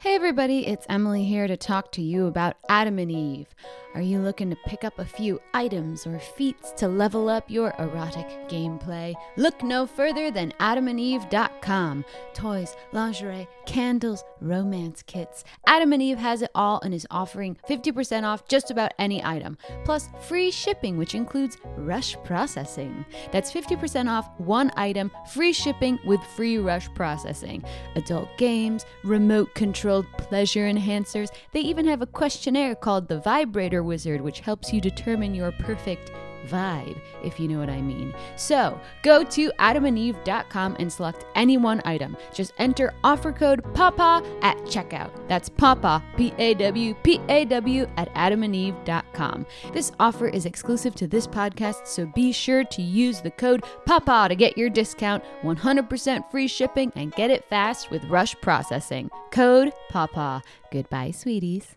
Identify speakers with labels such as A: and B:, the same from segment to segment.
A: Hey everybody, it's Emily here to talk to you about Adam and Eve. Are you looking to pick up a few items or feats to level up your erotic gameplay? Look no further than adamandeve.com. Toys, lingerie, candles, romance kits. Adam and Eve has it all and is offering 50% off just about any item, plus free shipping, which includes rush processing. That's 50% off one item, free shipping with free rush processing. Adult games, remote controlled pleasure enhancers. They even have a questionnaire called the Vibrator Wizard, which helps you determine your perfect vibe, if you know what I mean. So go to adamandeve.com and select any one item. Just enter offer code PAPA at checkout. That's PAPA, P A W P A W, at adamandeve.com. This offer is exclusive to this podcast, so be sure to use the code PAPA to get your discount, 100% free shipping, and get it fast with rush processing. Code PAPA. Goodbye, sweeties.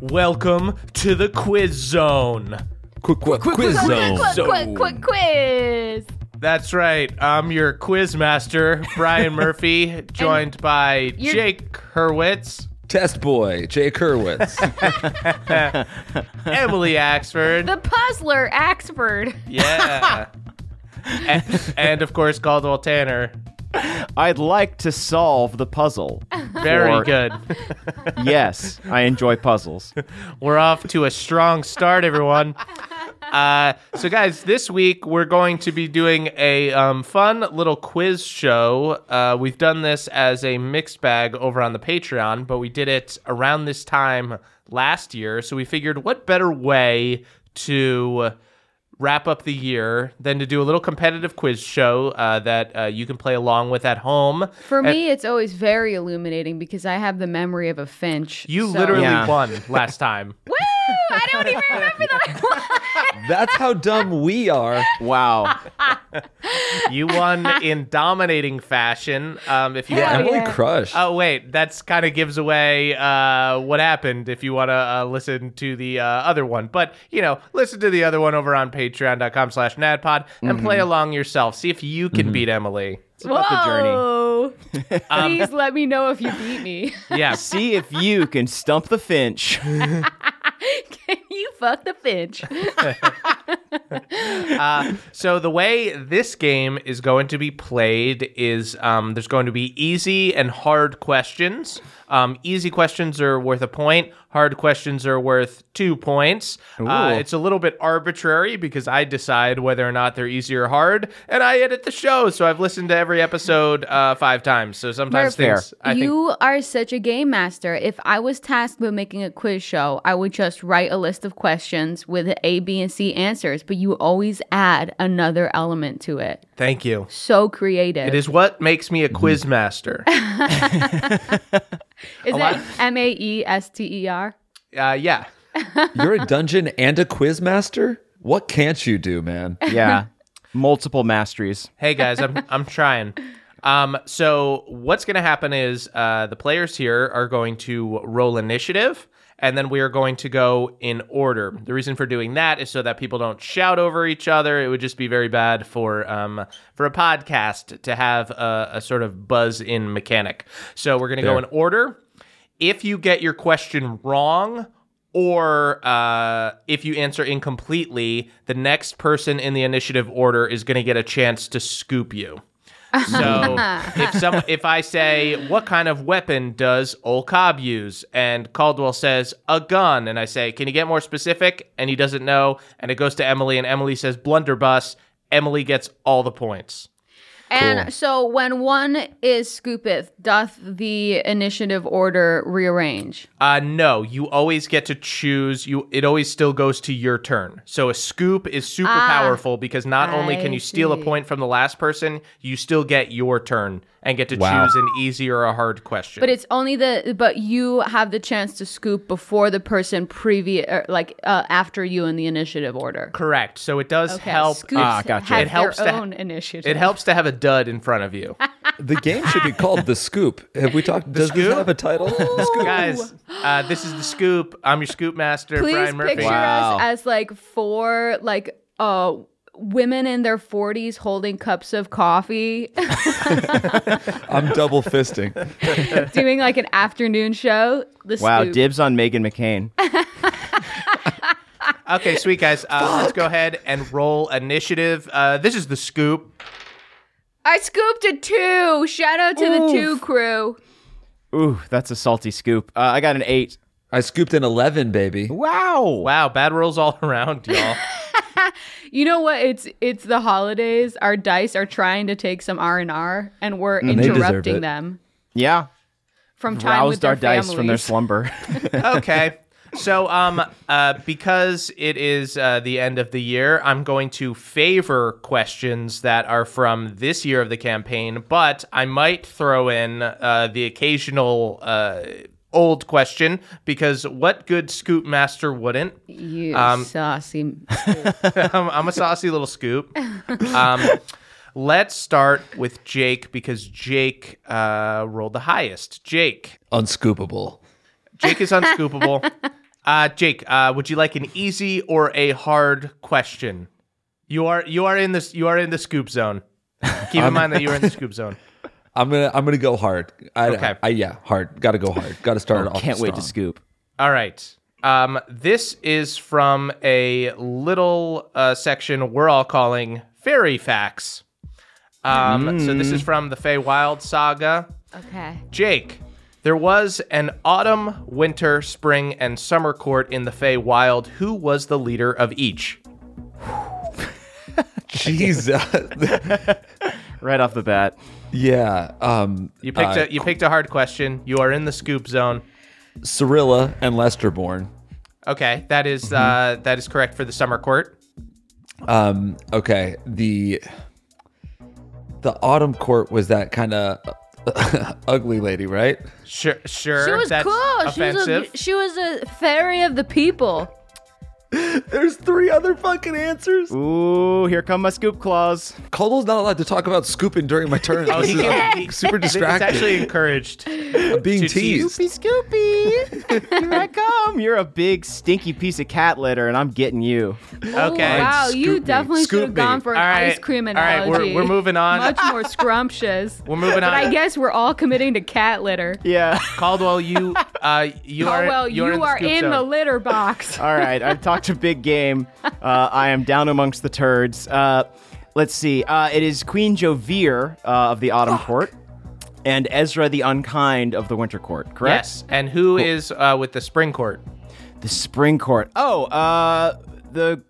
B: Welcome to the quiz zone.
C: Quick, quick, quiz zone.
A: Quick, quick quiz!
B: That's right. I'm your quiz master, Brian Murphy, joined by
A: you're-
B: Jake Hurwitz,
C: Test boy, Jay
D: Oh,
C: Kerwitz.
B: Emily Axford.
A: The puzzler, Axford.
B: yeah. and, and of course, Caldwell Tanner.
D: I'd like to solve the puzzle.
B: Very
D: Or-
B: good.
D: yes, I enjoy puzzles.
B: We're off to a strong start, everyone. Uh, so, guys, this week we're going to be doing a um, fun little quiz show. Uh, we've done this as a mixed bag over on the Patreon, but we did it around this time last year. So, we figured what better way to wrap up the year than to do a little competitive quiz show uh, that uh, you can play along with at home.
E: For me, it's always very illuminating because I have the memory of a finch.
B: You
E: so-
B: literally
D: Yeah.
B: won last time.
E: Woo! I don't even remember that.
C: That's how dumb we are.
D: Wow.
B: You won in dominating fashion. Um, if you
C: Yeah,
B: want
C: Emily crushed.
B: Oh wait, that's kind of gives away uh, what happened. If you want to uh, listen to the uh, other one, but you know, listen to the other one over on Patreon.com/slash NadPod and play along yourself. See if you can beat Emily.
D: It's about the journey.
E: Whoa! Please let me know if you beat me.
B: Yeah,
D: See if you can stump the finch.
E: Can you fuck the finch?
B: Uh, so the way this game is going to be played is um, there's going to be easy and hard questions. Um, easy questions are worth a point. Hard questions are worth two points. Uh,
D: Ooh.
B: it's a little bit arbitrary because I decide whether or not they're easy or hard, and I edit the show, so I've listened to every episode uh, five times. So sometimes
D: Fair.
B: things I think
E: you are such a game master. If I was tasked with making a quiz show, I would just write a list of questions with A, B, and C answers, but you always add another element to it.
B: thank you.
E: So creative.
B: It is what makes me a quiz master.
E: Is that M A E S T E R?
B: Uh, yeah.
C: You're a dungeon and a quiz master? What can't you do, man?
D: Yeah. Multiple masteries.
B: hey guys i'm i'm trying um so what's gonna happen is uh the players here are going to roll initiative and then we are going to go in order the reason for doing that is so that people don't shout over each other it would just be very bad for um for a podcast to have a, a sort of buzz in mechanic so we're gonna go in order if you get your question wrong or uh, if you answer incompletely, the next person in the initiative order is going to get a chance to scoop you. So if some if I say what kind of weapon does Olcob use and Caldwell says a gun and I say can you get more specific and he doesn't know and it goes to Emily and Emily says blunderbuss Emily gets all the points.
E: And
C: Cool.
E: so when one is scoopeth, doth the initiative order rearrange?
B: Uh, no, you always get to choose. You it always still goes to your turn. So a scoop is super powerful because not only can
E: Ah, I
B: you steal a
E: see.
B: point from the last person, you still get your turn and get to
C: Wow.
B: choose an easy or a hard question.
E: But it's only the but you have the chance to scoop before the person previous or like uh, after you in the initiative order.
B: correct. So it does
E: Okay,
B: help. uh,
E: Scoops
D: Ah, gotcha.
E: have
B: It helps
E: their
B: to-
E: own initiative.
B: It helps to have a dud in front of you,
C: The game should be called The Scoop. Have we talked? does
B: Scoop?
C: this have a title? The Scoop.
B: guys. Uh, this is the scoop. I'm your scoop master,
E: Please
B: Brian Murphy.
E: picture
D: Wow.
E: us as like four like uh women in their 40s holding cups of coffee
C: I'm double fisting.
E: doing like an afternoon show. The
D: Wow,
E: Scoop.
D: dibs on Megan McCain.
B: Okay, sweet guys. Uh, let's go ahead and roll initiative. Uh, this is the scoop.
E: I scooped a two. Shout out to the two crew.
D: Ooh, that's a salty scoop. Uh, I got an eight.
C: I scooped an 11, baby.
D: Wow.
B: Wow, bad rolls all around, y'all.
E: You know what? It's it's the holidays. Our dice are trying to take some R and R, and we're
C: they deserve
E: interrupting
C: it.
E: them
D: Yeah.
E: from time with
D: Roused
E: their
D: our dice from their
E: families.
D: slumber.
B: okay. So, um, uh, because it is uh, the end of the year, I'm going to favor questions that are from this year of the campaign, but I might throw in uh, the occasional uh, old question because what good scoop master wouldn't?
E: You
B: um,
E: saucy.
B: I'm, I'm a saucy little scoop. Um, let's start with Jake because Jake uh, rolled the highest. Jake,
C: Unscoopable.
B: Jake is unscoopable. Uh, Jake, uh, would you like an easy or a hard question? You are you are in this you are in the scoop zone. Keep in mind that you're in the scoop zone.
C: I'm gonna I'm gonna go hard. I,
B: Okay.
C: I, yeah, hard. Got to go hard. Got to start it off.
D: Oh, Can't wait to
C: strong.
D: scoop.
B: All right. Um, this is from a little uh, section we're all calling fairy facts. Um, So this is from the Feywild saga.
E: Okay.
B: Jake, there was an autumn, winter, spring, and summer court in the Feywild. Who was the leader of each?
C: Jesus.
D: Right off the bat.
C: yeah. Um.
B: You picked
C: uh,
B: a you picked a hard question. You are in the scoop zone.
C: Cirilla and Lesterborn.
B: Okay, that is,
D: Mm-hmm.
B: uh, that is correct for the summer court.
C: Um. Okay. The the autumn court was that kind of ugly lady, right?
B: Sure, sure.
E: She was
B: that's
E: cool. She was,
B: Offensive.
E: a, she was a fairy of the people.
C: There's three other fucking answers.
D: Ooh, here come my scoop claws.
C: Caldwell's not allowed to talk about scooping during my turn.
B: Oh, he
C: This is-
B: can-
C: I'm
B: he-
C: super distracted.
B: It's actually encouraged.
C: I'm being
B: to
C: teased.
D: Scoopy Scoopy. here I come. You're a big stinky piece of cat litter, and I'm getting you.
B: Okay.
E: wow, you
C: scoop me.
E: definitely
C: Scoop
E: should have
C: me.
E: gone for an
B: All right.
E: ice cream
B: All right,
E: analogy.
B: we're- we're moving on.
E: Much more scrumptious.
B: We're moving
E: But
B: on.
E: I guess we're all committing to cat litter.
D: Yeah.
B: Caldwell, you uh, you
E: Oh
B: are
E: well,
B: you
E: you
B: are
E: are
B: in, the, scoop zone.
E: litter box.
D: All right, I've talked a big game. Uh, I am down amongst the turds. Uh, let's see. Uh, it is Queen Jovir uh, of the Autumn Court and Ezra the Unkind of the Winter Court, correct?
B: Yes, and who is uh, with the spring court?
D: The Spring Court. Oh, uh, the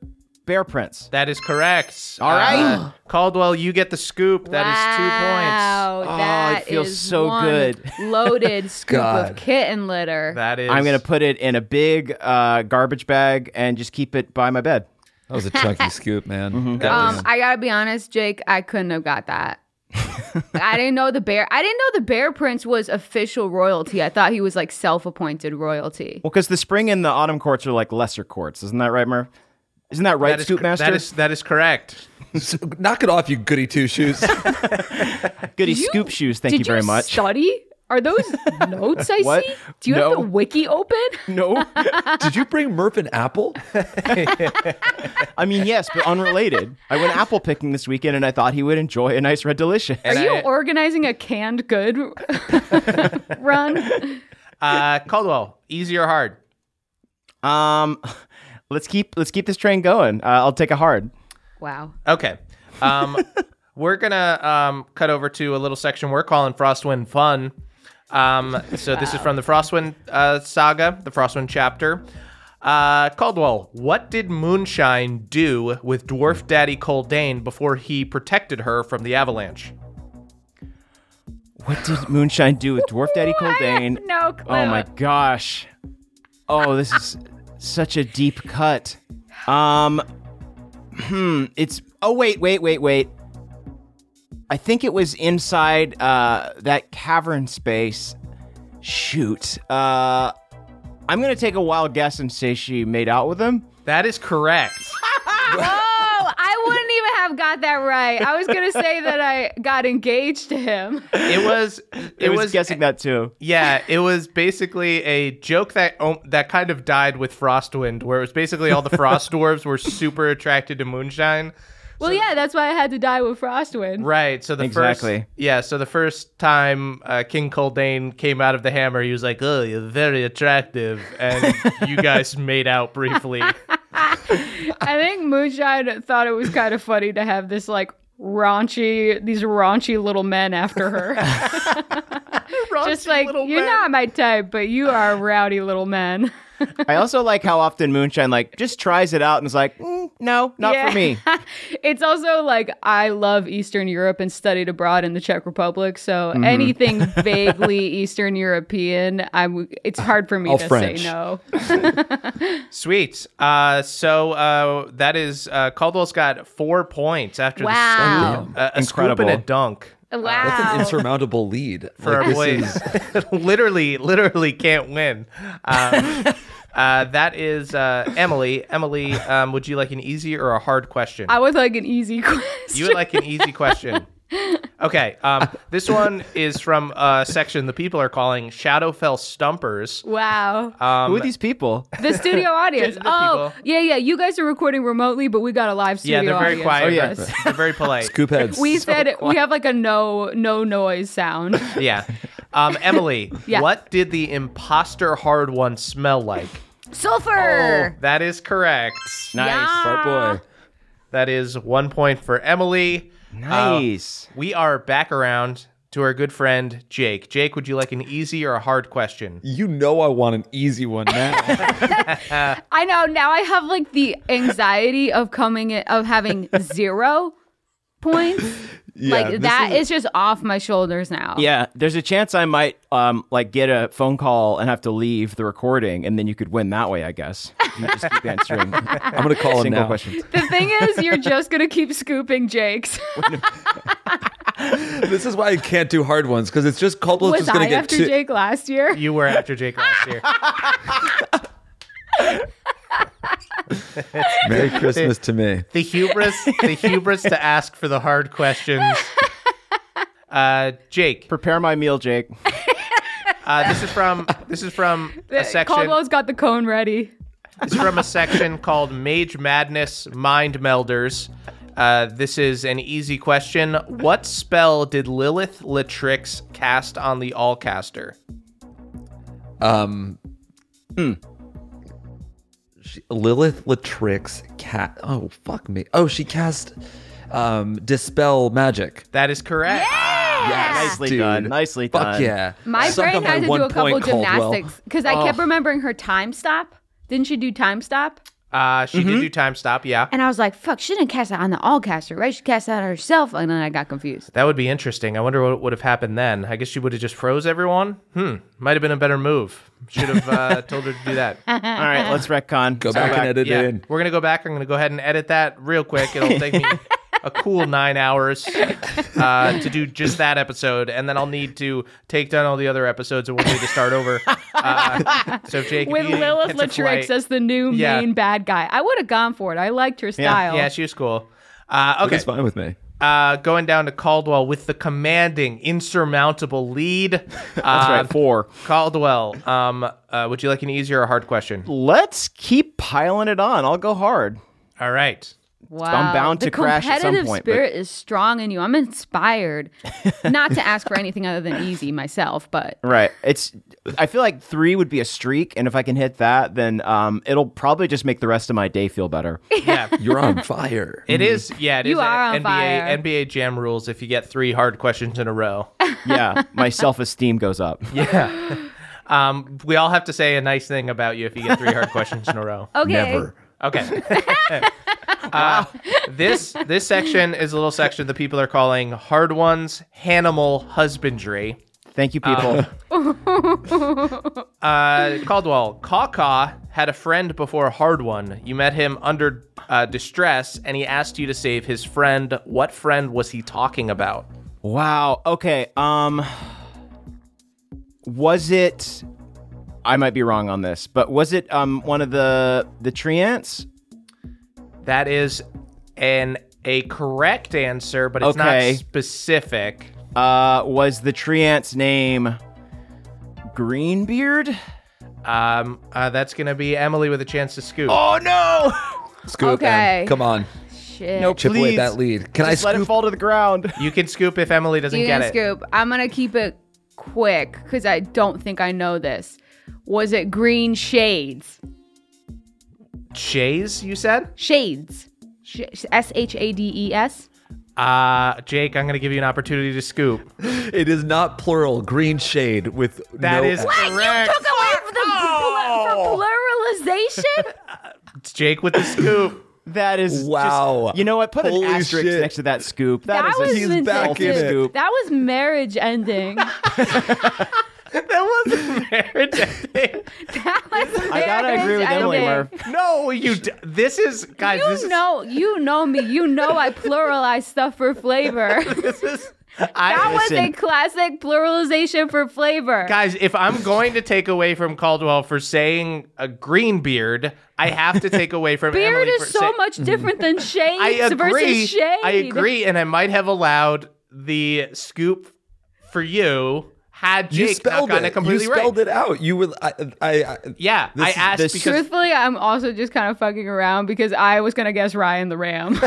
D: Bear Prince.
B: That is correct.
D: All right.
B: Uh, Caldwell, you get the scoop. That is two points.
E: Wow,
D: Oh,
E: that
D: it feels
E: is
D: so
E: one
D: good.
E: loaded scoop of
C: God.
E: kitten litter.
B: That is.
D: I'm going to put it in a big uh, garbage bag and just keep it by my bed.
C: That was a chunky scoop, man.
B: Mm-hmm.
C: That was-
E: um, I gotta be honest, Jake. I couldn't have got that. I didn't know the bear. I didn't know the bear prince was official royalty. I thought he was like self-appointed royalty.
D: Well, because the spring and the autumn courts are like lesser courts. Isn't that right, Murph? Isn't that right,
B: that is
D: Scoop
B: cor-
D: Master?
B: That is that is correct.
C: Knock it off, you goody two shoes.
D: Goody
E: Did you-
D: Scoop Shoes, thank you
E: Did
D: very much.
E: Study? Are those notes I
D: What?
E: see? Do you have
D: No.
E: the wiki open?
D: no.
C: Did you bring Murph an apple?
D: I mean, yes, but unrelated. I went apple picking this weekend, and I thought he would enjoy a nice red delicious.
E: Are you
B: I-
E: organizing a canned good run?
B: Uh, Caldwell, easy or hard?
D: Um, let's keep let's keep this train going. Uh, I'll take a hard.
E: Wow.
B: Okay. Um, we're gonna um, cut over to a little section we're calling Frostwind Fun. Um, so this is from the Frostwind uh, saga, the Frostwind chapter. Uh, Caldwell, what did Moonshine do with Dwarf Daddy Coldane before he protected her from the avalanche?
D: What did Moonshine do with Dwarf Daddy
E: I
D: Coldane?
E: have no clue.
D: Oh my gosh! Oh, this is such a deep cut. Um, hmm. It's oh wait wait wait wait. I think it was inside uh, that cavern space. Shoot. Uh, I'm gonna take a wild guess and say she made out with him.
B: That is correct.
E: Oh, I wouldn't even have got that right. I was gonna say that I got engaged to him.
B: It was.
D: It
B: It
D: was,
B: was.
D: guessing that too.
B: Yeah, it was basically a joke that oh, that kind of died with Frostwind, where it was basically all the frost dwarves were super attracted to moonshine,
E: Well, yeah, that's why I had to die with Frostwind.
B: Right. So the
D: Exactly.
B: first yeah. So the first time uh, King Coldane came out of the hammer, he was like, "Oh, you're very attractive," and you guys made out briefly.
E: I think Moonshine thought it was kind of funny to have this like raunchy, these raunchy little men after her. Just like you're not my type, but you are a rowdy little man.
D: I also like how often Moonshine like just tries it out and is like, "Mm, no, not
E: Yeah.
D: for me.
E: it's also like I love Eastern Europe and studied abroad in the Czech Republic, so anything vaguely Eastern European, I w- it's hard for me
C: All
E: to
C: French.
E: say no.
B: Sweet. Uh, so uh, that is uh, Caldwell's got four points after
E: Wow.
B: the scoop, uh, a, a scoop
D: Incredible.
B: and a dunk.
E: Wow.
C: An insurmountable lead.
B: for
C: Like,
B: a
C: this
B: boy
C: is-
B: literally literally can't win um, uh, that is uh, emily emily um, would you like an easy or a hard question
E: I would like an easy question.
B: you would like an easy question okay um, this one is from a section the people are calling shadowfell stumpers
E: wow.
D: Who are these people?
E: the studio audience.
B: Uh, the
E: oh,
B: people.
E: yeah, yeah. You guys are recording remotely, but we got a live studio
B: yeah they're
E: audience.
B: very quiet
D: Oh, yeah.
B: very- they're very polite
C: Scoop heads.
E: We said it- we have like a no no noise sound.
B: yeah um, emily
E: Yeah.
B: what did the imposter hard one smell like
A: Sulfur!
B: that is correct
D: Nice.
C: Smart boy.
B: that is one point for emily
D: Nice.
B: We are back around to our good friend Jake. Jake, would you like an easy or a hard question?
C: You know I want an easy one now.
E: I know now I have like the anxiety of coming in, of having zero points. like that is just off my shoulders now.
D: yeah, there's a chance I might um like get a phone call and have to leave the recording, and then you could win that way, I guess. If You just keep answering
C: I'm gonna call him
D: single
C: now.
D: questions.
E: The thing is, you're just gonna keep scooping Jake's.
C: This is why I can't do hard ones because it's just Caldwell's
E: Was
C: just gonna
E: I
C: get
E: after
C: two.
E: Jake last year?
B: You were after Jake last year.
C: Merry Christmas to me.
B: The hubris, the hubris to ask for the hard questions. Uh, Jake,
D: Prepare my meal, Jake.
B: uh, this is from this is from a section.
E: Caldwell's got the cone ready.
B: This is from a section called Mage Madness Mind Melders. Uh, this is an easy question. What spell did Lilith Latrix cast on the Allcaster?
C: Um, she, Lilith Latrix cat. Oh fuck me. Oh, she cast um dispel magic.
B: That is correct.
C: Yes,
D: Nicely
C: dude.
D: done. Nicely
C: Fuck
D: done.
C: yeah.
E: My
C: Suck
E: brain
C: on
E: had to do
C: one
E: a couple
C: point, Caldwell.
E: gymnastics because I kept remembering her time stop. Didn't she do time stop?
B: Uh, she did do time stop. Yeah.
E: And I was like, "Fuck, she didn't cast that on the all caster, right? She cast that on herself." And then I got confused.
B: That would be interesting. I wonder what would have happened then. I guess she would have just froze everyone. Hmm. Might have been a better move. Should have uh, told her to do that. Go
D: All right, let's retcon.
C: Go back and edit
B: Yeah.
C: it in.
B: We're going to go back. I'm going to go ahead and edit that real quick. It'll take me a cool nine hours uh, to do just that episode. And then I'll need to take down all the other episodes and we'll need to start over. Uh, so, Jake, if
E: With
B: you
E: Lilith
B: catch a flight-
E: Latrix as the new
B: Yeah.
E: main bad guy, I would have gone for it. I liked her style.
B: Yeah, she was cool. Uh, okay.
C: It's fine with me.
B: Uh, going down to Caldwell with the commanding, insurmountable lead.
D: That's
B: Uh,
D: right. Four.
B: Caldwell, um, uh, would you like an easy or a hard question?
D: Let's keep piling it on. I'll go hard.
B: All right.
E: wow.
D: I'm bound
E: the
D: to crash at some
E: competitive
D: point, but-
E: spirit is strong in you. I'm inspired not to ask for anything other than easy myself, but
D: Right. It's. I feel like three would be a streak, and if I can hit that, then um, it'll probably just make the rest of my day feel better.
B: Yeah.
C: You're on fire.
B: It is, yeah, it is
E: You are on
B: NBA
E: fire.
B: NBA Jam rules if you get three hard questions in a row.
D: yeah, my self-esteem goes up.
B: Um, we all have to say a nice thing about you if you get three hard questions in a row.
E: okay.
C: Never.
B: Okay. uh, this this section is a little section that people are calling hard ones, Hanimal husbandry.
D: Thank you, people.
B: Uh, Caldwell, Caw had a friend before a hard one. You met him under uh, distress, and he asked you to save his friend. What friend was he talking about?
D: wow. Okay. Um, was it? I might be wrong on this, but was it um one of the the tree ants?
B: That is an a correct answer, but it's
D: Okay.
B: not specific.
D: Uh, was the tree ant's name Greenbeard?
B: Um, uh, that's gonna be Emily with a chance to scoop.
D: Oh no!
C: Scoop.
E: Okay.
C: Em. Come on.
E: Shit.
D: No,
C: Chip away
D: please.
C: at that lead. Can
D: Just
C: I
D: let it
C: scoop?
D: fall to the ground.
B: You can scoop if Emily doesn't
E: You
B: get
E: can
B: it.
E: scoop. I'm gonna keep it quick because I don't think I know this. Was it green shades?
B: Shays, you said?
E: Shades. Sh- S H A D E S.
B: Uh, Jake, I'm going to give you an opportunity to scoop.
C: It is not plural. Green shade with
B: That
C: no
B: is
C: F.
B: correct.
E: Took away from the for pluralization.
B: It's Jake with the scoop.
D: That is
C: Wow.
D: Just, you know what? Put
C: Holy
D: an asterisk
C: shit.
D: next to that scoop.
E: that
D: is
E: was
D: a
C: He's
D: huge
C: back in
D: healthy
C: it.
D: scoop.
E: That was marriage ending. that
B: that wasn't marriage ending.
E: was marriage
D: I gotta agree with Emily
E: ending.
D: Murph.
B: No, you. D- this is guys. this
E: You
B: is,
E: know, you know me. You know I pluralize stuff for flavor.
B: This is. I,
E: That was a
D: Listen.
E: classic pluralization for flavor.
B: guys, if I'm going to take away from Caldwell for saying a green beard, I have to take away from
E: Beard
B: Emily
E: is
B: for
E: so
B: say-
E: much different than shades
B: I agree.
E: versus shade.
B: I agree, and I might have allowed the scoop for you had
C: You
B: Jake not
C: spelled
B: gotten
C: it.
B: it completely
C: you spelled
B: right.
C: it out. You were. I. I, I
B: Yeah,
C: This
B: I
C: is-
B: asked
D: this-
B: because
E: Truthfully, I'm also just kind of fucking around because I was gonna guess Ryan the Ram.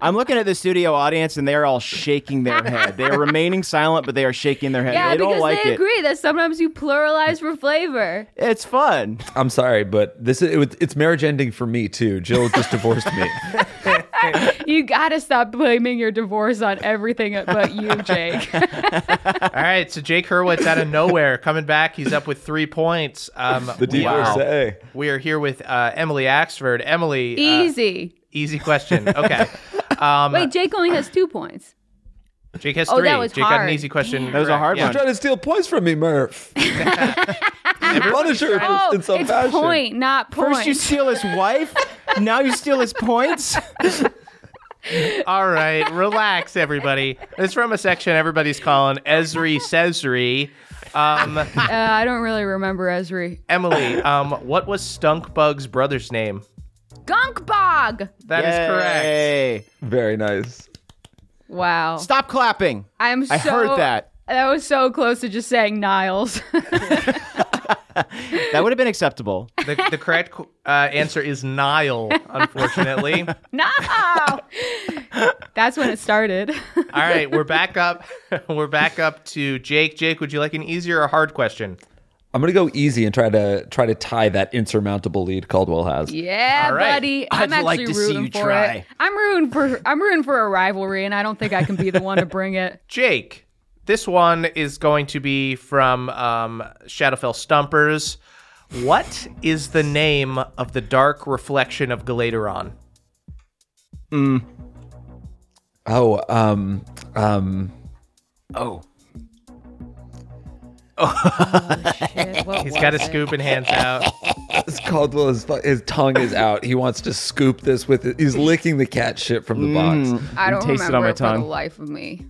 D: I'm looking at the studio audience and they're all shaking their head. They are remaining silent, but they are shaking their head.
E: yeah,
D: they don't
E: because
D: like
E: they
D: it.
E: agree that sometimes you pluralize for flavor.
D: It's fun.
C: I'm sorry, but this is it, was- it's marriage ending for me too. Jill just divorced me.
E: You gotta stop blaming your divorce on everything but you, Jake.
B: all right. So Jake Hurwitz out of nowhere coming back. He's up with three points. Um,
C: The
B: we are-
C: divorcee.
B: We are here with uh, Emily Axford. Emily, uh,
E: Easy.
B: easy question. Okay. Um,
E: Wait, Jake only has two points.
B: Jake has
E: Oh,
B: three.
E: that was
B: Jake got an
E: hard.
B: easy question.
D: That was a
B: correct.
D: hard
B: Yeah.
D: one.
C: Trying to steal points from me, Murph. Punish her
E: Oh,
C: in some
E: it's
C: fashion.
E: point, not point.
D: First you steal his wife, now you steal his points.
B: All right, relax, everybody. It's from a section everybody's calling Esri Cesri. Um,
E: uh, I don't really remember Esri.
B: Emily, um, what was Stunk Bug's brother's name?
E: Gunk bog.
B: That is correct.
D: Yay.
C: Very nice.
E: Wow.
D: Stop clapping.
E: I'm so
D: I heard that.
E: That was so close to just saying Niles.
D: That would have been acceptable.
B: The, the correct uh, answer is Nile, unfortunately.
E: no. That's when it started.
B: All right, we're back up. We're back up to Jake. Jake, would you like an easier or hard question?
C: I'm gonna go easy and try to try to tie that insurmountable lead Caldwell has.
E: yeah,
B: All right.
E: buddy. I'm
D: I'd like
E: actually
D: to see
E: rooting
D: you
E: for it.
D: try.
E: I'm rooting for I'm rooting for a rivalry and I don't think I can be the one to bring it.
B: Jake, this one is going to be from um, Shadowfell Stumpers. What is the name of the dark reflection of Galateron?
C: Oh, um, um,
D: Oh.
E: Shit, what
B: He's
E: was
B: got a
E: it?
B: scoop and hands out.
C: this Caldwell is fu- his tongue is out. He wants to scoop this with. It. He's licking the cat shit from the
B: Mm.
C: box.
E: I don't
D: taste it
E: remember
D: on my
E: it for
D: tongue.
E: the life of me.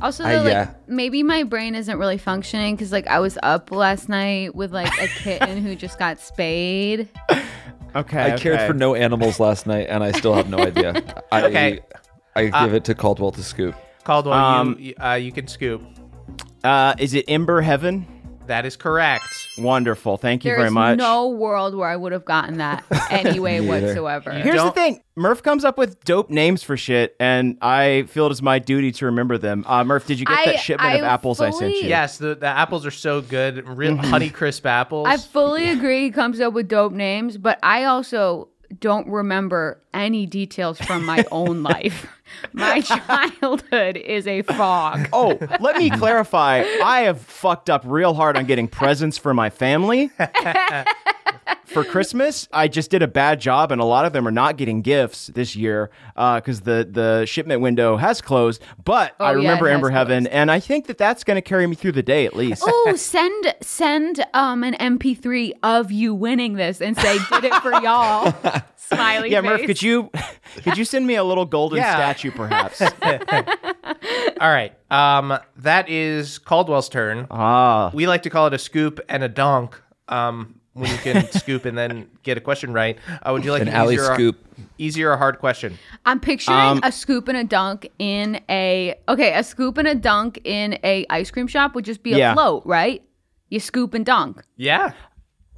E: Also,
C: I-
E: though, like
C: yeah.
E: maybe my brain isn't really functioning because like I was up last night with like a kitten who just got spayed.
D: Okay.
C: I cared
D: okay.
C: for no animals last night, and I still have no idea. I,
B: Okay.
C: I
E: Uh,
C: give it to Caldwell to scoop.
B: Caldwell,
D: Um,
B: you, uh, you can scoop.
D: Uh, is it Ember Heaven?
B: That is correct.
D: Wonderful. Thank you
E: There
D: very
E: is
D: much.
E: no world where I would have gotten that anyway whatsoever.
B: You
D: Here's
B: Don't-
D: the thing. Murph comes up with dope names for shit, and I feel it is my duty to remember them. Uh, Murph, did you get
E: I-
D: that shipment of
E: I
D: apples I sent
E: fully-
D: you?
B: Yes, the, the apples are so good. Real honey crisp apples.
E: I fully agree he comes up with dope names, but I also don't remember any details from my own life. My childhood is a fog.
D: Oh, let me clarify. I have fucked up real hard on getting presents for my family. For Christmas, I just did a bad job, and a lot of them are not getting gifts this year because the, the shipment window has closed. But I
E: Oh, yeah,
D: remember
E: it has
D: Ember Heaven,
E: closed.
D: and I think that that's going to carry me through the day at least.
E: Oh, send send um an MP3 of you winning this and say did it for y'all. Smiley
D: yeah,
E: face.
D: Murph, could you could you send me a little golden
B: Yeah.
D: statue, perhaps?
B: All right. Um, that is Caldwell's turn.
D: ah,
B: we like to call it a scoop and a donk. Um, when you can scoop and then get a question right. Uh, would you like
C: An
B: an
C: alley
B: easier,
C: scoop.
B: easier or hard question?
E: I'm picturing a scoop and a dunk in a okay, a scoop and a dunk in a ice cream shop would just be a
D: Yeah.
E: float, right? You scoop and dunk.
B: Yeah.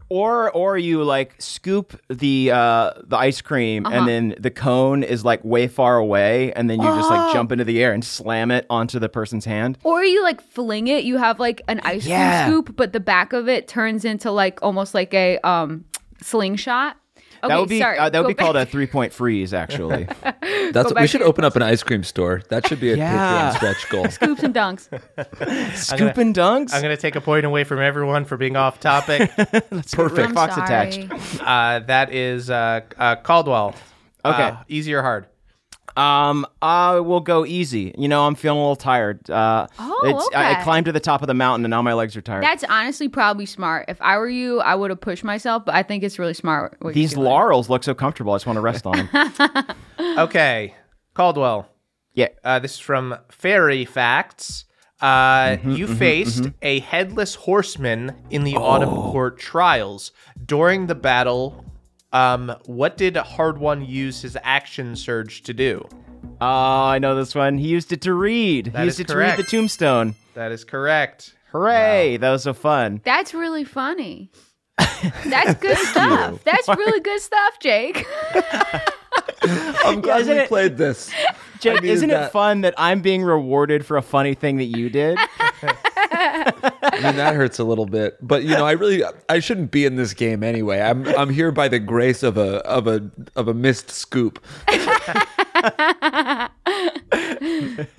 D: or or you like scoop the uh, the ice cream
E: Uh-huh.
D: and then the cone is like way far away and then you just like jump into the air and slam it onto the person's hand.
E: Or you like fling it. You have like an ice
D: Yeah.
E: cream scoop, but the back of it turns into like almost like a um slingshot. Okay,
D: that would be
E: sorry.
D: uh, that would
E: go
D: be called
E: back.
D: a three point freeze actually.
E: Go
C: That's we
E: back
C: should
E: to your
C: open up an ice cream store. That should be a
D: Yeah.
C: Patreon stretch goal.
E: scoops and dunks.
D: Scoop and dunks.
B: I'm going to take a point away from everyone for being off topic.
D: Perfect.
E: I'm
D: Fox
E: sorry.
D: attached.
B: uh, that is uh, uh, Caldwell.
D: Okay.
B: Uh, easy or hard?
D: Um, I will go easy. You know, I'm feeling a little tired. Uh,
E: Oh,
D: I, I
E: okay.
D: climbed to the top of the mountain and now my legs are tired.
E: That's honestly probably smart. If I were you, I would have pushed myself, but I think it's really smart. what you're
D: These
E: doing.
D: laurels look so comfortable. I just want to rest on them.
B: Okay. Caldwell.
D: yeah.
B: Uh, this is from Fairy Facts. Uh, you faced a headless horseman in the autumn court trials. During the battle, um, what did Hard One use his action surge to do?
D: Oh, I know this one. He used it to read.
B: That
D: he used
B: is
D: it to
B: correct.
D: read the tombstone.
B: That is correct.
D: Hooray! That was so fun.
E: That's really funny. That's good stuff. That's really good stuff, Jake.
C: I'm glad
D: Isn't
C: we
D: it-
C: played this.
D: Jake,
C: needed
D: isn't
C: that.
D: it fun that I'm being rewarded for a funny thing that you did?
C: I mean, that hurts a little bit, but you know, I really I shouldn't be in this game anyway. I'm I'm here by the grace of a of a of a missed scoop.
B: Uh,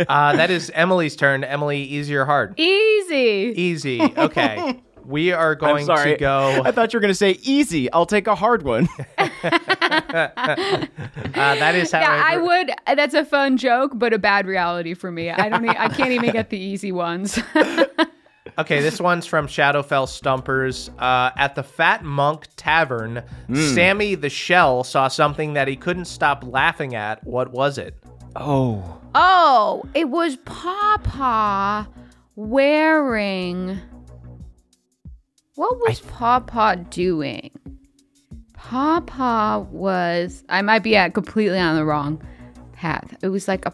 B: that is Emily's turn. Emily, easy or hard?
E: E- Easy.
D: E-
B: Easy. Okay. We are
D: I'm
B: going
D: sorry.
B: to go.
D: I thought you were going to say easy. I'll take a hard one.
B: Uh, that is how
E: Yeah, I
B: re-
E: would. That's a fun joke, but a bad reality for me. I don't. e- I can't even get the easy ones.
B: Okay, this one's from Shadowfell Stumpers. Uh, at the Fat Monk Tavern, Sammy the Shell saw something that he couldn't stop laughing at. What was it?
D: oh.
E: oh, it was Papa wearing. What was Papa doing? Papa was. I might be at completely on the wrong path. It was like a.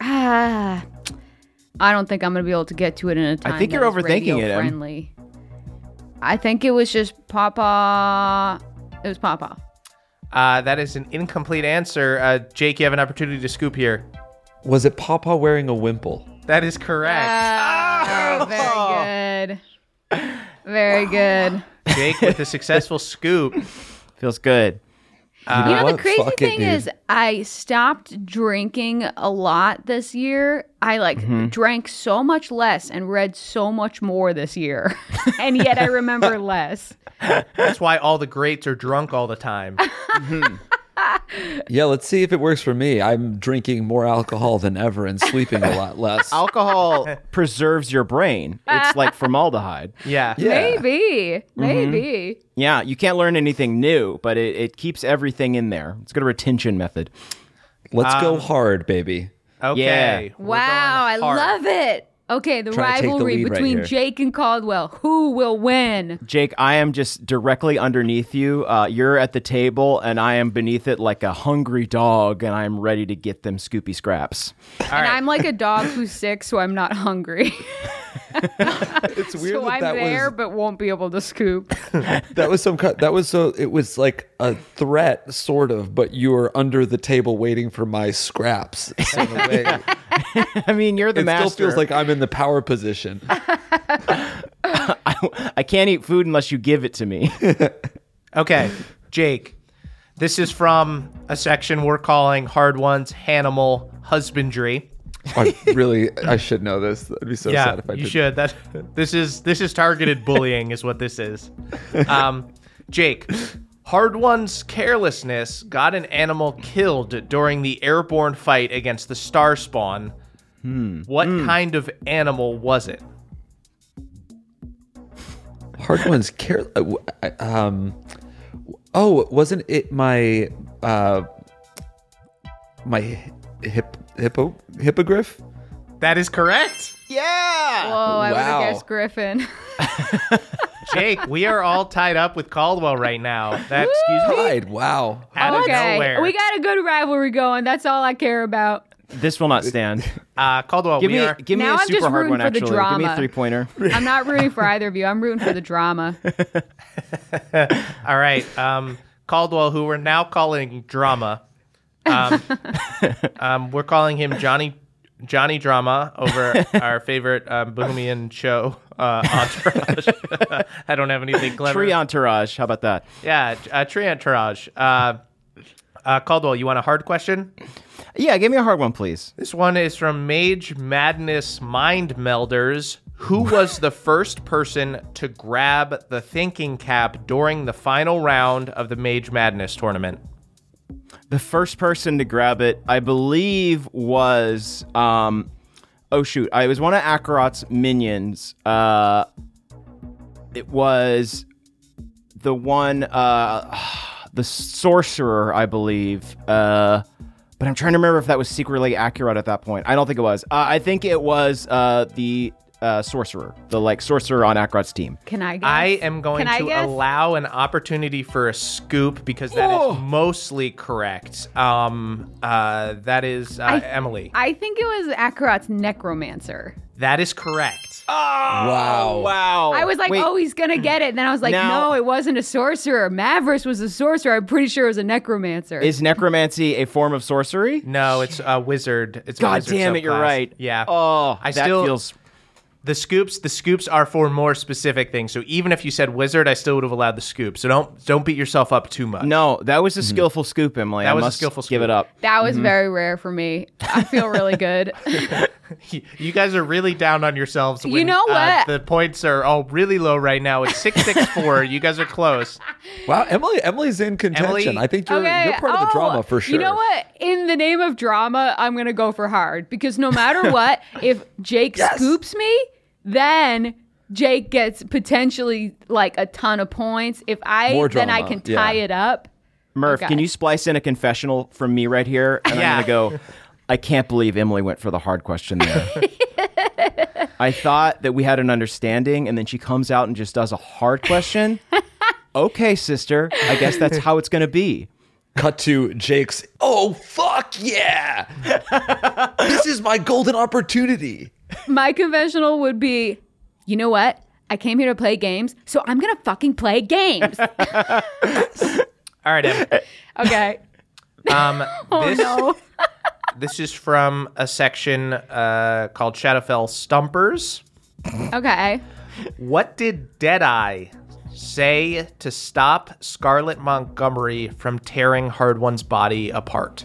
E: Ah. I don't think I'm gonna be able to get to it in a
D: I
E: time.
D: think
E: that
D: you're
E: is
D: overthinking it, Em.
E: radio-friendly. I think it was just Papa. It was Papa.
B: Uh, that is an incomplete answer. Uh, Jake, you have an opportunity to scoop here.
C: Was it Papa wearing a wimple?
B: That is correct.
E: Oh, very good. Very good.
B: Jake with a successful scoop.
D: Feels good.
E: You know, the
C: Uh, What?
E: crazy
C: Fuck it,
E: thing
C: dude.
E: is, I stopped drinking a lot this year. I like
C: Mm-hmm.
E: drank so much less and read so much more this year, and yet I remember less.
B: That's why all the greats are drunk all the time.
C: Yeah, let's see if it works for me. I'm drinking more alcohol than ever and sleeping a lot less.
D: Alcohol preserves your brain. It's like formaldehyde.
B: Yeah.
C: Yeah. Mm-hmm.
E: Maybe, maybe.
D: Yeah, you can't learn anything new, but it, it keeps everything in there. It's got a retention method.
C: Let's
E: Um,
C: go hard, baby.
B: Okay. we're going
E: Wow, I
B: hard.
E: love it. Okay, the
C: Trying to take the
E: rivalry
C: lead right
E: between
C: here.
E: Jake and Caldwell. Who will win?
D: Jake, I am just directly underneath you. Uh, you're at the table, and I am beneath it like a hungry dog, and I am ready to get them scoopy scraps.
E: and I'm like a dog who's sick, so I'm not hungry.
C: It's weird
E: so I'm there, but won't be able to scoop.
C: That was some cut. That was so. It was like a threat, sort of, but you were under the table waiting for my scraps. So in a way,
D: I mean, you're the
C: it
D: master.
C: still feels like I'm in the power position.
D: I, I can't eat food unless you give it to me.
B: Okay, Jake. This is from a section we're calling Hard Ones Hanimal Husbandry.
C: I really, I should know this. I'd be so sad if I
B: you
C: didn't.
B: should. That this is this is targeted bullying, is what this is. Um, Jake, hard one's carelessness got an animal killed during the airborne fight against the star spawn.
C: Hmm.
B: What kind of animal was it?
C: Hard ones care. uh, w- I- Um, oh, wasn't it my uh, my hip hippo hippogriff?
B: That is correct,
D: yeah.
E: Whoa, Oh, I would
C: Wow.
E: have guessed Griffin.
B: Jake. We are all tied up with Caldwell right now. That
C: Tide. Wow.
B: out of nowhere.
E: we got a good rivalry going. That's all I care about.
D: This will not stand.
B: Uh, Caldwell,
D: Give
B: we
D: me,
B: are.
D: give me
E: Now
D: a
E: I'm just
D: super hard
E: rooting
D: one.
E: for the
D: Actually, give me a
E: drama.
D: three pointer.
E: I'm not rooting for either of you. I'm rooting for the drama.
B: All right. Um, Caldwell, who we're now calling Drama. Um, um, we're calling him Johnny Johnny Drama over our favorite um, Bohemian show, uh, Entourage. I don't have anything clever.
D: Tree entourage. How about that?
B: Yeah, uh, Tree Entourage. Uh, uh, Caldwell, you want a hard question?
D: Yeah, give me a hard one, please.
B: This one is from Mage Madness Mind Melders. Who was the first person to grab the thinking cap during the final round of the Mage Madness tournament?
D: The first person to grab it, I believe, was um, oh shoot, I was one of Akarat's minions. Uh, it was the one, uh, the sorcerer, I believe. Uh, but I'm trying to remember if that was secretly Akarat at that point. I don't think it was. Uh, I think it was uh, the uh, sorcerer, the like sorcerer on Akarat's team.
E: Can I guess?
B: I am going
E: Can I
B: to
E: guess?
B: allow an opportunity for a scoop because that is mostly correct. Um, uh, that is uh, Emily.
E: I think it was Akarat's necromancer.
B: that is correct.
D: Oh,
C: wow.
D: Wow!
E: I was like,
D: Wait,
E: oh, he's gonna get it. And then I was like,
D: Now-
E: no, it wasn't a sorcerer. Mavericks was a sorcerer. I'm pretty sure it was a necromancer.
D: is necromancy a form of sorcery?
B: No, it's a wizard. It's a
D: God
B: wizard
D: damn it, you're
B: subclass.
D: right.
B: Yeah.
D: Oh,
B: I
D: that
B: still-
D: feels.
B: the scoops the scoops are for more specific things so even if you said wizard i still would have allowed the scoop so don't don't beat yourself up too much
D: No, that was a skillful scoop, Emily.
B: That
D: I
B: was a
D: must
B: skillful
D: Give
B: scoop.
D: it up.
E: that was
B: Mm-hmm.
E: very rare for me. I feel really good.
B: you guys are really down on yourselves when,
E: You know
B: uh,
E: what?
B: the points are all really low right now it's 664 you guys are close
C: Wow, Emily, Emily's in contention.
B: Emily-
C: I think you're,
E: okay.
C: you're part of the
E: oh,
C: drama for sure.
E: You know what? In the name of drama, I'm gonna go for hard because no matter what, if Jake scoops me, then Jake gets potentially like a ton of points. If I
C: More
E: then I
C: drama,
E: can tie
C: yeah.
E: it up.
D: Murph,
E: Okay.
D: can you splice in a confessional from me right here? And
B: Yeah.
D: I'm going to go, I can't believe Emily went for the hard question there. I thought that we had an understanding, and then she comes out and just does a hard question. okay, sister. I guess that's how it's going to be.
C: Cut to Jake's. Oh fuck yeah! this is my golden opportunity.
E: My conventional would be, you know what? I came here to play games, so I'm gonna fucking play games.
B: all right Em.
E: Okay.
B: um
E: Oh
B: this,
E: no.
B: this is from a section uh called shadowfell stumpers
E: Okay.
B: what did deadeye say to stop scarlet montgomery from tearing hard one's body apart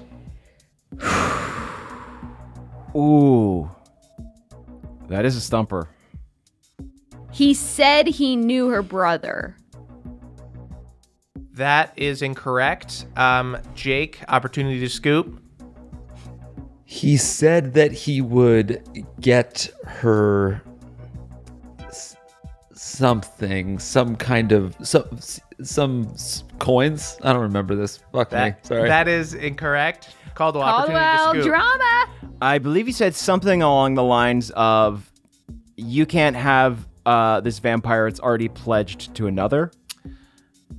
D: Ooh. That is a stumper.
E: He said he knew her brother.
B: That is incorrect. Um, Jake, opportunity to scoop.
C: He said that he would get her s- something, some kind of some some s- coins. I don't remember this. Fuck me.
B: That,
C: Sorry.
B: that is incorrect. Caldwell, opportunity
E: Caldwell
B: to scoop.
E: drama.
D: I believe he said something along the lines of, "You can't have uh, this vampire; it's already pledged to another."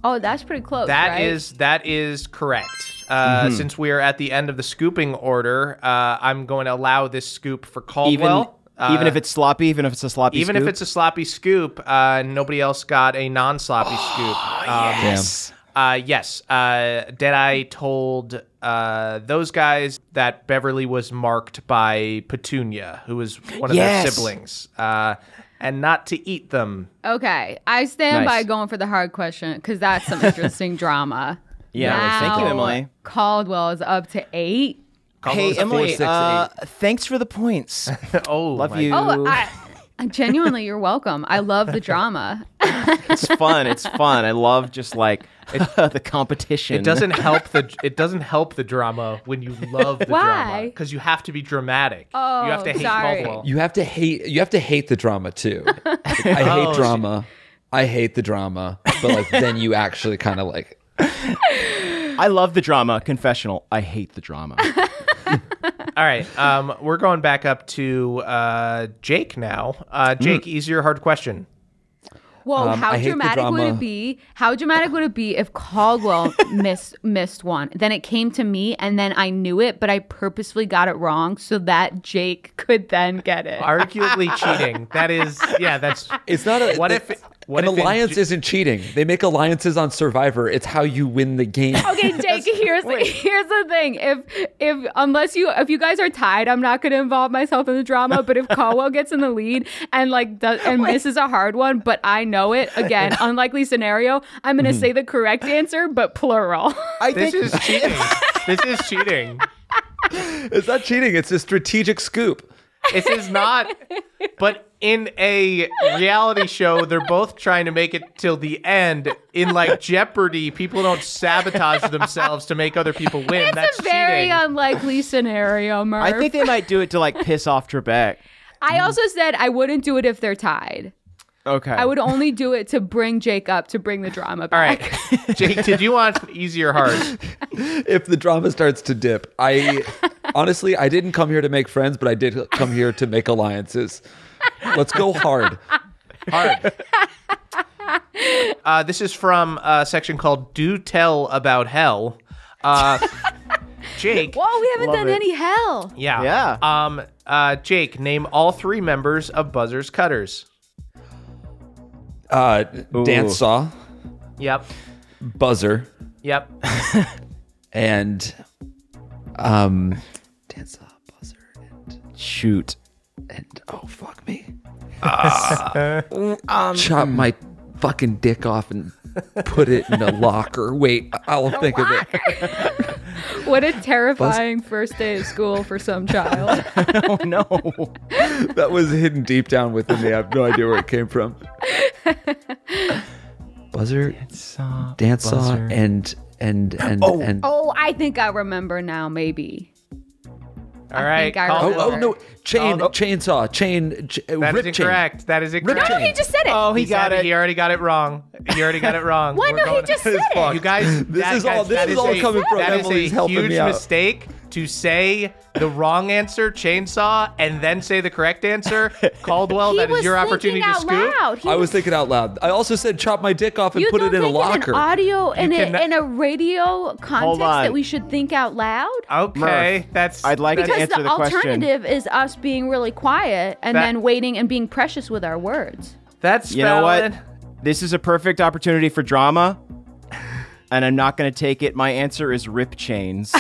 E: Oh, that's pretty close.
B: That
E: right?
B: is- that is correct. Uh,
D: Mm-hmm.
B: Since we are at the end of the scooping order, uh, I'm going to allow this scoop for
D: Even
B: Caldwell. uh,
D: even if it's sloppy, even if it's a sloppy,
B: even if it's a sloppy scoop, uh, nobody else got a non-sloppy
D: Oh,
B: scoop. Um,
C: yes.
B: Uh, yes. Uh, Deadeye told uh, those guys that Beverly was marked by Petunia, who was one of their
D: Yes.
B: siblings, uh, and not to eat them.
E: Okay, I stand
D: Nice.
E: by going for the hard question because that's some interesting drama.
D: Yeah, thank you,
E: Now,
D: Emily.
E: Caldwell is up to eight.
D: Hey,
B: Caldwell's a
D: Emily,
C: four, six,
D: uh, thanks for the points.
B: four- oh,
D: Love
B: my-
D: you.
E: Oh, I, I genuinely, you're welcome. I love the drama.
D: it's fun. It's fun. I love just like the competition.
B: It doesn't help the it doesn't help the drama when you love the drama
E: Why?
B: because you have to be dramatic.
E: Oh,
B: you have to hate
E: sorry.
B: Caldwell.
C: You have to hate. You have to hate the drama too. Like, I
B: Oh,
C: hate
B: she-
C: drama. I hate the drama. But like, then you actually kind of like.
D: I love the drama. Confessional. I hate the drama.
B: All right, um, we're going
D: Hmm.
B: back up to uh, Jake now. Uh, Jake, easier hard question.
E: Whoa,
C: Um, I
E: how
C: hate the
E: dramatic would
C: drama.
E: it be? How dramatic would it be if Caldwell missed missed one? Then it came to me and then I knew it, but I purposefully got it wrong so that Jake could then get it.
B: Arguably cheating. That is, yeah, that's.
C: It's not a.
B: What
C: the-
B: if? What
C: an
B: if in-
C: alliance isn't cheating? They make alliances on Survivor. It's how you win the game.
E: Okay, Jake. Here's here's the thing. If if unless you if you guys are tied, I'm not going to involve myself in the drama. But if Caldwell gets in the lead and like does, and misses a hard one, but I know it again, unlikely scenario. I'm going to
D: Mm-hmm.
E: say the correct answer, but plural.
D: I
B: This
D: think
B: is cheating. this is cheating.
C: It's not cheating. It's a strategic scoop.
B: This is not. But in a reality show, they're both trying to make it till the end. In like Jeopardy, people don't sabotage themselves to make other people win. That's
E: It's a very
B: cheating.
E: unlikely scenario, Murph.
D: I think they might do it to like piss off Trebek.
E: I also said I wouldn't do it if they're tied.
D: Okay.
E: I would only do it to bring Jake up to bring the drama
B: All
E: back.
B: right, Jake, did you want easier hearts?
C: If the drama starts to dip, I honestly, I didn't come here to make friends, but I did come here to make alliances. Let's go hard.
B: Hard. Uh, this is from a section called "Do Tell About Hell." Uh, Jake,
E: Whoa, we haven't
D: Love
E: done
D: it.
E: any hell.
B: yeah,
D: Yeah.
B: Um, uh, Jake, name all three members of Buzzers Cutters.
C: Uh,
D: Ooh.
C: dance saw,
B: Yep,
C: buzzer,
B: yep.
C: and um, dance saw, buzzer, and,
D: shoot.
C: and oh fuck me, Ah. chop my fucking dick off and put it in a locker. Wait, I'll think of it.
E: What a terrifying first day of school for some child.
D: Oh no.
C: that was hidden deep down within me. I have no idea where it came from. Buzzer, dance saw,
D: buzzer.
C: and and and and.
E: oh, I think I remember now, maybe.
B: All right,
E: think I
B: call
C: Oh,
E: remember.
B: it.
C: oh, no! Chain,
B: Oh, no.
C: chainsaw, chain, ch- uh,
B: That is
C: rip
B: incorrect. That is incorrect.
C: chain.
E: No, he just said it.
D: Oh, he
B: He
D: got it.
B: He already got it wrong. He already got it wrong.
E: Why
B: We're
E: no, he
B: going-
E: just said It's it. fucked.
B: You guys,
C: This
B: that-
C: is all-
B: guys,
C: this
B: that
C: is all
B: a-
C: coming from
B: That is
C: Emily's
B: a
C: helping
B: huge
C: me out.
B: mistake to say the wrong answer, chainsaw, and then say the correct answer, Caldwell.
E: he
B: that
E: was
B: is your
E: thinking
B: opportunity to
E: out
B: scoop.
E: loud.
C: chain. I was thinking out loud. I also said chop my dick off and
E: you
C: put
E: don't
C: it in a
E: think
C: locker.
E: In an audio in a,
B: cannot-
E: in a radio context that
D: on.
E: we should think out loud.
B: Okay, that's.
D: I'd like to
E: Because
D: answer
E: the,
D: the, question.
E: alternative is us being really quiet and
B: That-
E: then waiting and being precious with our words.
B: That's
D: You know
B: valid.
D: what? This is a perfect opportunity for drama, and I'm not going to take it. My answer is rip chains.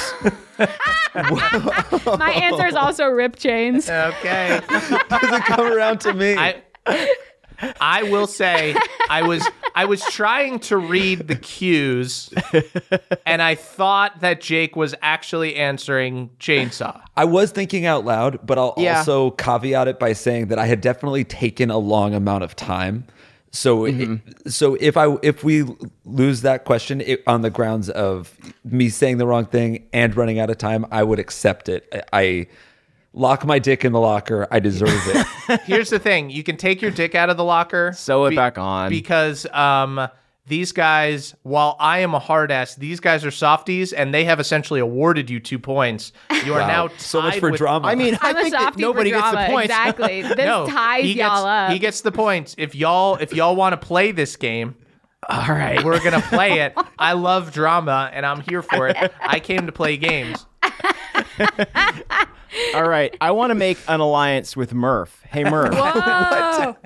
E: My answer is also rip chains.
B: Okay.
C: Does it come around to me?
B: I I will say I was I was trying to read the cues and I thought that Jake was actually answering chainsaw.
C: I was thinking out loud, but I'll
D: Yeah.
C: also caveat it by saying that I had definitely taken a long amount of time. So, it- so if I if we lose that question it, on the grounds of me saying the wrong thing and running out of time, I would accept it. I, I lock my dick in the locker. I deserve it.
B: Here's the thing, you can take your dick out of the locker.
D: Sew it back on.
B: Because um these guys, while I am a hard ass, these guys are softies and they have essentially awarded you two points. You are now
C: so much
B: tied
C: for
B: with-
C: drama.
D: I mean, I
E: I'm a
D: think that
E: softie
D: nobody
E: for
D: gets
E: drama.
D: the points.
E: Exactly. This ties
B: he gets,
E: y'all up.
B: He gets the points. If y'all if y'all want to play this game, all right, we're gonna play it. I love drama and I'm here for it. I came to play games.
D: All right, I want to make an alliance with Murph. Hey Murph,
E: Whoa.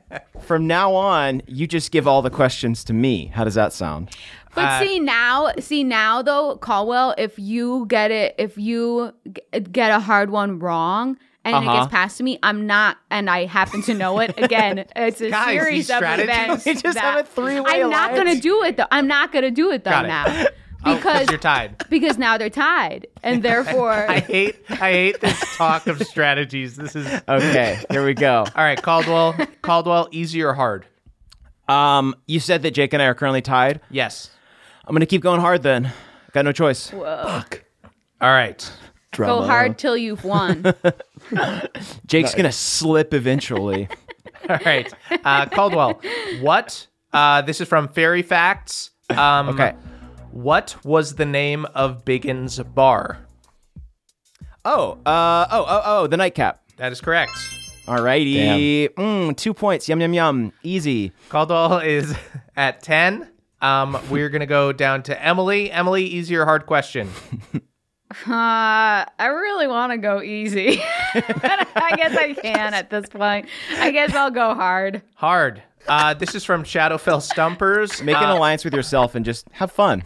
D: from now on, you just give all the questions to me. How does that sound?
E: But
B: Uh,
E: see now, see now though, Caldwell, if you get it, if you g- get a hard one wrong and it
D: Uh-huh.
E: gets past me, I'm not, and I happen to know it again. It's a
B: Guys,
E: series
B: these
E: of
B: strategies-
E: events.
D: We just
E: that-
D: have a three-way
E: I'm not gonna
D: alliance.
E: do it though. I'm not gonna do it though
B: Got it.
E: now
B: Oh,
E: because
B: you're tied.
E: because now they're tied, and therefore
B: I hate I hate this talk of strategies. This is all
D: Okay, here we go.
B: right, Caldwell. Caldwell, easy or hard?
D: Um, you said that Jake and I are currently tied.
B: Yes.
D: I'm gonna keep going hard then. Got no choice.
B: All right.
C: Drama.
E: go hard till you've won.
D: Jake's gonna slip eventually.
B: All right. Uh, Caldwell, what? Uh, this is from Fairy Facts. Um,
D: Okay.
B: What was the name of Biggin's bar?
D: Oh, uh, oh, oh, oh, the nightcap.
B: That is correct.
D: Alrighty. Mm, two points. Yum, yum, yum. Easy.
B: Caldwell is at 10. Um, we're going to go down to Emily. Emily, easy or hard question?
E: Uh, I really want to go easy. but I guess I can at this point. I guess I'll go hard.
B: Hard. Uh, this is from Shadowfell Stumpers.
D: Make an
B: Uh,
D: alliance with yourself and just have fun.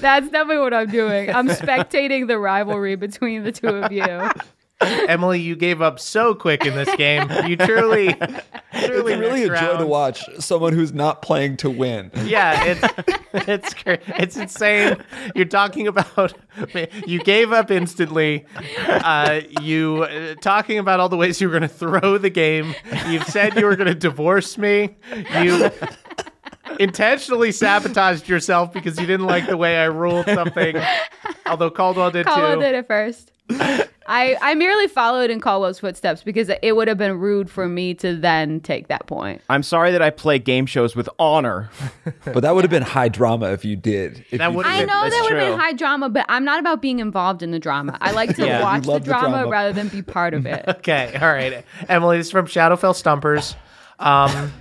E: That's definitely what I'm doing. I'm spectating the rivalry between the two of you.
B: Emily, you gave up so quick in this game. You truly, truly
C: It's really
B: missed
C: a joy to
B: rounds.
C: watch someone who's not playing to win.
B: Yeah, it's it's cra- it's insane. You're talking about you gave up instantly. Uh, you uh, talking about all the ways you were going to throw the game. You've said you were going to divorce me. You intentionally sabotaged yourself because you didn't like the way I ruled something. Although Caldwell did
E: Caldwell
B: too.
E: did it first. I, I merely followed in Caldwell's footsteps because it would have been rude for me to then take that point.
D: I'm sorry that I play game shows with honor.
C: But that would have been high drama if you did. If
B: That
C: you
B: would
C: did.
B: have
E: I
B: been-
E: know
D: that's
E: that would have
D: true.
E: been high drama, but I'm not about being involved in the drama. I like to
D: Yeah. You
E: watch the
C: love the
E: drama,
C: drama.
E: rather than be part of it.
B: Okay, all right. Emily, this is from Shadowfell Stumpers. Um,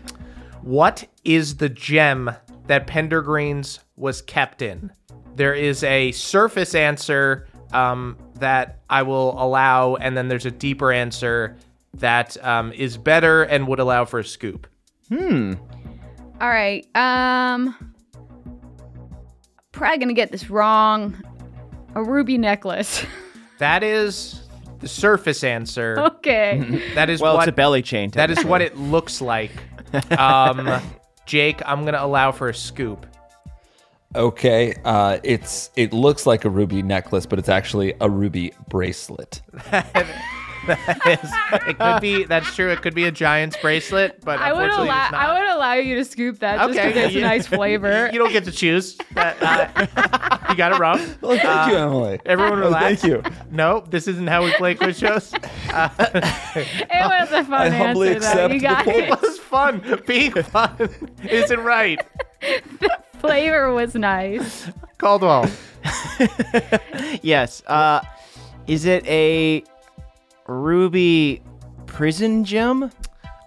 B: what is the gem that Pendergreens was kept in? There is a surface answer um, that I will allow, and then there's a deeper answer that um, is better and would allow for a scoop.
E: All right. Um probably going to get this wrong. A ruby necklace.
B: That is the surface answer.
E: okay.
B: That is
D: Well,
B: what
D: it's a belly chain.
B: that is what it looks like. Um, Jake, I'm gonna allow for a scoop.
C: Okay, uh, it's it looks like a ruby necklace, but it's actually a ruby bracelet.
B: It could be that's true. It could be a giant's bracelet, but
E: I would
B: unfortunately,
E: allow
B: it's
E: I
B: not.
E: would allow you to scoop that just because it's a nice flavor.
B: You don't get to choose. That, uh, you got it wrong.
C: Well, Oh, thank you, Emily.
B: Ah. Everyone
C: Well,
B: relax.
C: thank you.
B: No, this isn't how we play quiz shows.
E: it was a fun
C: I
E: answer
C: humbly
E: though.
C: accept
E: You
C: the
E: got
C: point.
E: it.
B: This is fun. Being fun isn't right.
E: Flavor was nice.
B: Caldwell.
D: Yes. Uh, is it a ruby prison gem?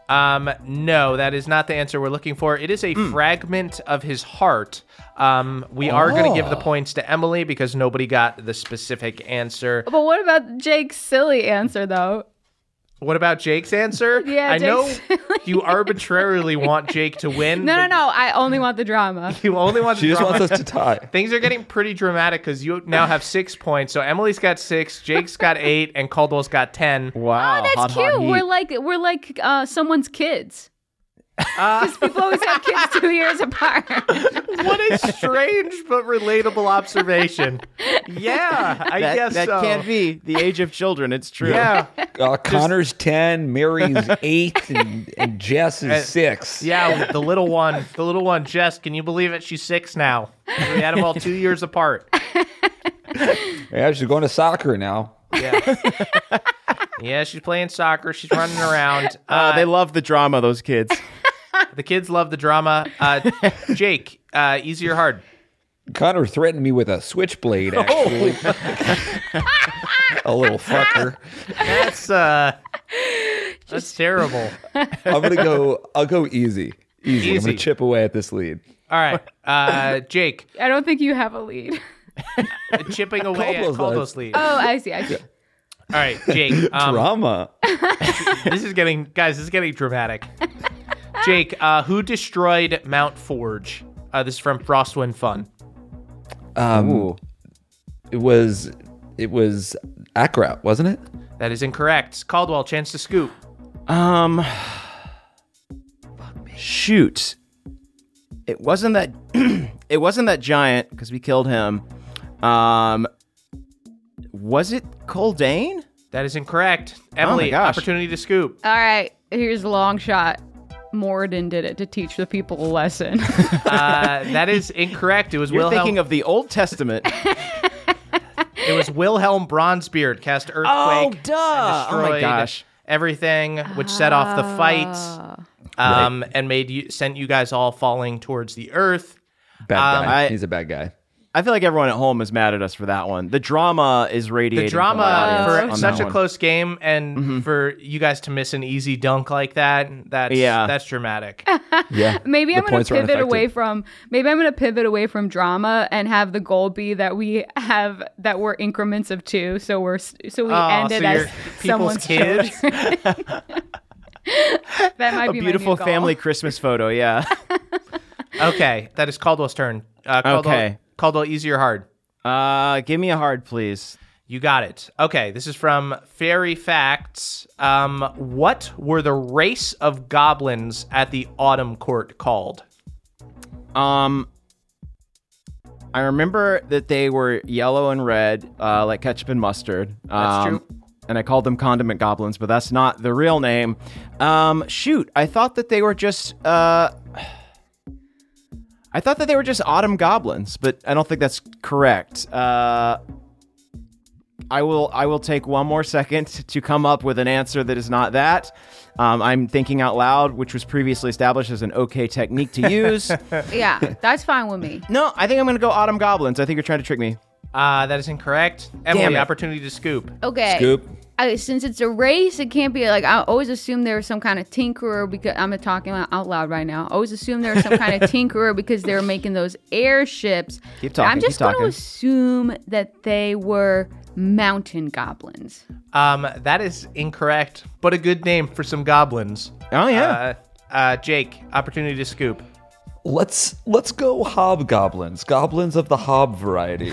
B: Um, no, that is not the answer we're looking for. It is a fragment of his heart. Um, we are going to give the points to Emily because nobody got the specific answer.
E: But what about Jake's silly answer though?
B: What about Jake's answer?
E: Yeah,
B: I
E: Jake's-
B: know you arbitrarily want Jake to win.
E: No, no,
B: but
E: no. I only want the drama.
B: You only want
C: She
B: the
C: just
B: drama.
C: wants us to tie.
B: Things are getting pretty dramatic because you now have six points. So Emily's got six, Jake's got eight, and Caldwell's got ten.
D: Wow.
E: Oh, that's
D: hot, hot
E: cute. we're
D: heat.
E: like we're like uh, someone's kids. Because people always have kids two years apart.
B: What a strange but relatable observation. Yeah, I
D: that
B: guess
D: that
B: so.
D: can't be the age of children. It's true.
B: Yeah,
C: Uh, Connor's ten, Mary's eight, and, and Jess is six.
B: Uh, yeah. The little one, the little one, Jess. Can you believe it? She's six now. We had them all two years apart.
C: yeah, she's going to soccer now.
B: Yeah. Yeah, she's playing soccer. She's running around. Uh,
D: Uh, they love the drama. Those kids.
B: The kids love the drama. Uh, Jake, uh, easy or hard?
C: Connor threatened me with a switchblade. Actually, a little fucker.
B: That's uh, that's terrible.
C: I'm gonna go. I'll go easy. Easy. I'm
B: Easy.
C: gonna chip away at this lead.
B: All right, uh, Jake,
E: I don't think you have a lead.
B: chipping away at
C: Caldwell's
B: Caldwell's lead. All
E: Oh, I see. I see.
B: right, Jake. Um,
C: Drama.
B: this is getting guys. This is getting dramatic. Jake, uh, who destroyed Mount Forge? Uh, this is from Frostwind Fun.
C: Um, It was. It was Akrat, wasn't it?
B: That is incorrect. Caldwell, chance to scoop.
D: Um. Shoot. It wasn't that. it wasn't that giant because we killed him. Um. Was it Coldane?
B: That is incorrect. Emily,
D: Oh gosh.
B: opportunity to scoop.
E: All right. Here's a long shot. Moradin did it to teach the people a lesson.
B: Uh, that is incorrect. It was
D: You're
B: Wilhelm.
D: thinking of the Old Testament.
B: It was Wilhelm Bronzebeard cast earthquake.
D: oh, duh!
B: and
D: Oh my
B: destroyed
D: gosh.
B: everything, which set off the fight
D: Ah.
B: um, and made you sent you guys all falling towards the earth.
C: Bad
B: Um,
C: guy.
D: I-
C: He's a bad guy.
D: I feel like everyone at home is mad at us for that one. The drama is radiating.
B: The
D: from the
B: drama
D: audience
B: for
D: on
B: such
D: that
B: a
D: one. Mm-hmm.
B: close game, and for you guys to miss an easy dunk like that, that's
D: Yeah.
B: that's dramatic.
C: Yeah.
E: Maybe
C: the
E: I'm going
C: points
E: to
C: are
E: pivot away
C: unaffected.
E: from maybe I'm going to pivot away from drama and have the goal be that we have that we're increments of two, so we're s- so we
B: Oh,
E: end
B: so
E: it
B: you're
E: as
B: people's
E: someone's
B: kids?
E: children. that might
D: A
E: be my new
D: beautiful
E: goal.
D: family Christmas photo. Yeah.
B: okay, that is Caldwell's turn. Uh, Caldwell,
D: Okay.
B: Caldwell, easy or hard?
D: Uh, give me a hard, please.
B: You got it. Okay, this is from Fairy Facts. Um, what were the race of goblins at the Autumn Court called?
D: Um, I remember that they were yellow and red, uh, like ketchup and mustard.
B: That's
D: Um,
B: true.
D: And I called them condiment goblins, but that's not the real name. Um, shoot, I thought that they were just. Uh, I thought that they were just autumn goblins, but I don't think that's correct. Uh, I will. I will take one more second to come up with an answer that is not that. Um, I'm thinking out loud, which was previously established as an okay technique to use.
E: Yeah, that's fine with me.
D: No, I think I'm gonna go Autumn Goblins. I think you're trying to trick me.
B: Uh, that is incorrect. Emily,
D: it.
B: opportunity to scoop.
E: Oh.
A: Okay.
C: Scoop.
A: I, since it's a race, it can't be like I always assume there was some kind of tinkerer because I'm talking out loud right now. I always assume there was some kind of tinkerer because they were making those airships.
D: Keep talking,
A: I'm
D: keep
A: just gonna
D: talking.
A: assume that they were mountain goblins.
B: Um, that is incorrect, but a good name for some goblins.
D: Oh
B: Uh, uh, Jake, opportunity to scoop.
C: Let's let's go hobgoblins. Goblins of the hob variety.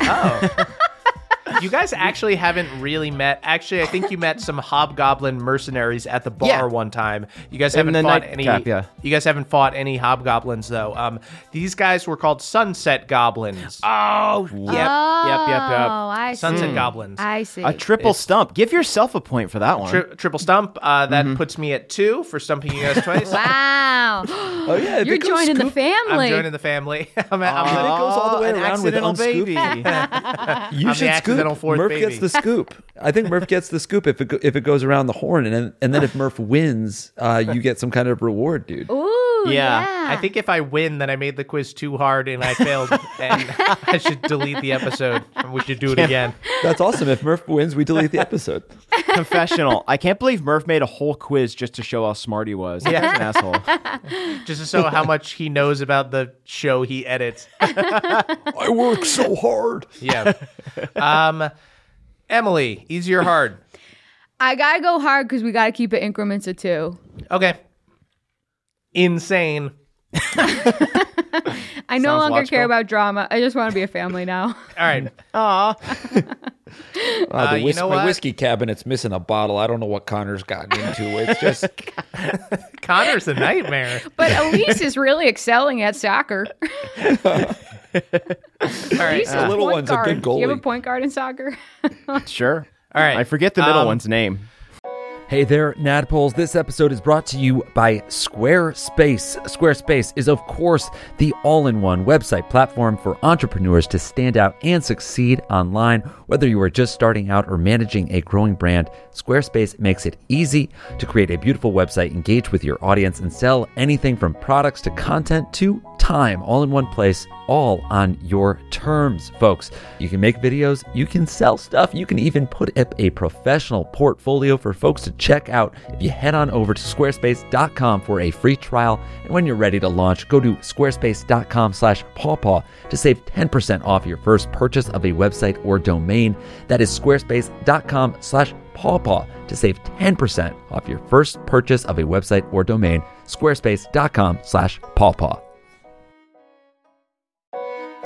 B: You guys actually haven't really met. Actually, I think you met some hobgoblin mercenaries at the bar
D: Yeah.
B: one time. You guys
D: In
B: haven't
D: the
B: fought any.
D: nightcap, yeah.
B: You guys haven't fought any hobgoblins though. Um, these guys were called sunset goblins.
D: oh, yep, yep, yep, yep.
A: Oh, I
B: sunset
A: see.
B: goblins.
A: I see.
D: A triple stump. Give yourself a point for that one.
B: Tri- triple stump. Uh, that puts me at two for stumping you guys twice.
A: wow.
C: oh yeah,
A: You're
C: it goes
A: joining the
C: scoop.
A: family.
B: I'm joining the family. I'm, at, I'm
C: it goes all the way
D: Oh, an
C: around with
D: accidental
C: unscooped.
D: baby.
C: You
B: I'm the
C: should
B: accidental
C: scoop.
B: fourth
C: Murph
B: baby.
C: gets the scoop. I think Murph gets the scoop if it go, if it goes around the horn, and then, and then if Murph wins, uh, you get some kind of reward, dude.
A: Ooh,
D: Yeah.
A: yeah.
B: I think if I win, then I made the quiz too hard and I failed, and I should delete the episode. And we should do it again.
C: That's awesome. If Murph wins, we delete the episode.
D: Confessional. I can't believe Murph made a whole quiz just to show how smart he was. Yeah, an asshole.
B: just to show how much he knows about the show he edits.
C: I work so hard.
B: Yeah. Um, Emily, easy or hard?
A: I gotta go hard because we gotta keep it increments of two.
B: Okay. Insane.
E: I no
D: Sounds
E: longer
D: logical.
E: care about drama. I just want to be a family now.
B: All right.
C: Uh, the
B: you
C: whis-
B: know
C: my
B: what?
C: whiskey cabinet's missing a bottle. I don't know what Connor's gotten into. It's just
B: Connor's a nightmare.
E: But Elise is really excelling at soccer.
B: All right.
E: Elise
C: The
E: is
C: little
E: point
C: one's a
E: guard.
C: good
E: Do you have
C: goalie.
E: a point guard in soccer?
D: Sure.
B: All right.
D: I forget the middle
B: Um,
D: one's name.
F: Hey there, Nadpoles. This episode is brought to you by Squarespace. Squarespace is, of course, the all in one website platform for entrepreneurs to stand out and succeed online. Whether you are just starting out or managing a growing brand, Squarespace makes it easy to create a beautiful website, engage with your audience, and sell anything from products to content to time all in one place, all on your terms, folks. You can make videos, you can sell stuff, you can even put up a professional portfolio for folks to check out. If you head on over to squarespace.com for a free trial, and when you're ready to launch, go to squarespace.com slash pawpaw to save 10% off your first purchase of a website or domain. That is squarespace.com slash pawpaw to save 10% off your first purchase of a website or domain, squarespace.com slash pawpaw.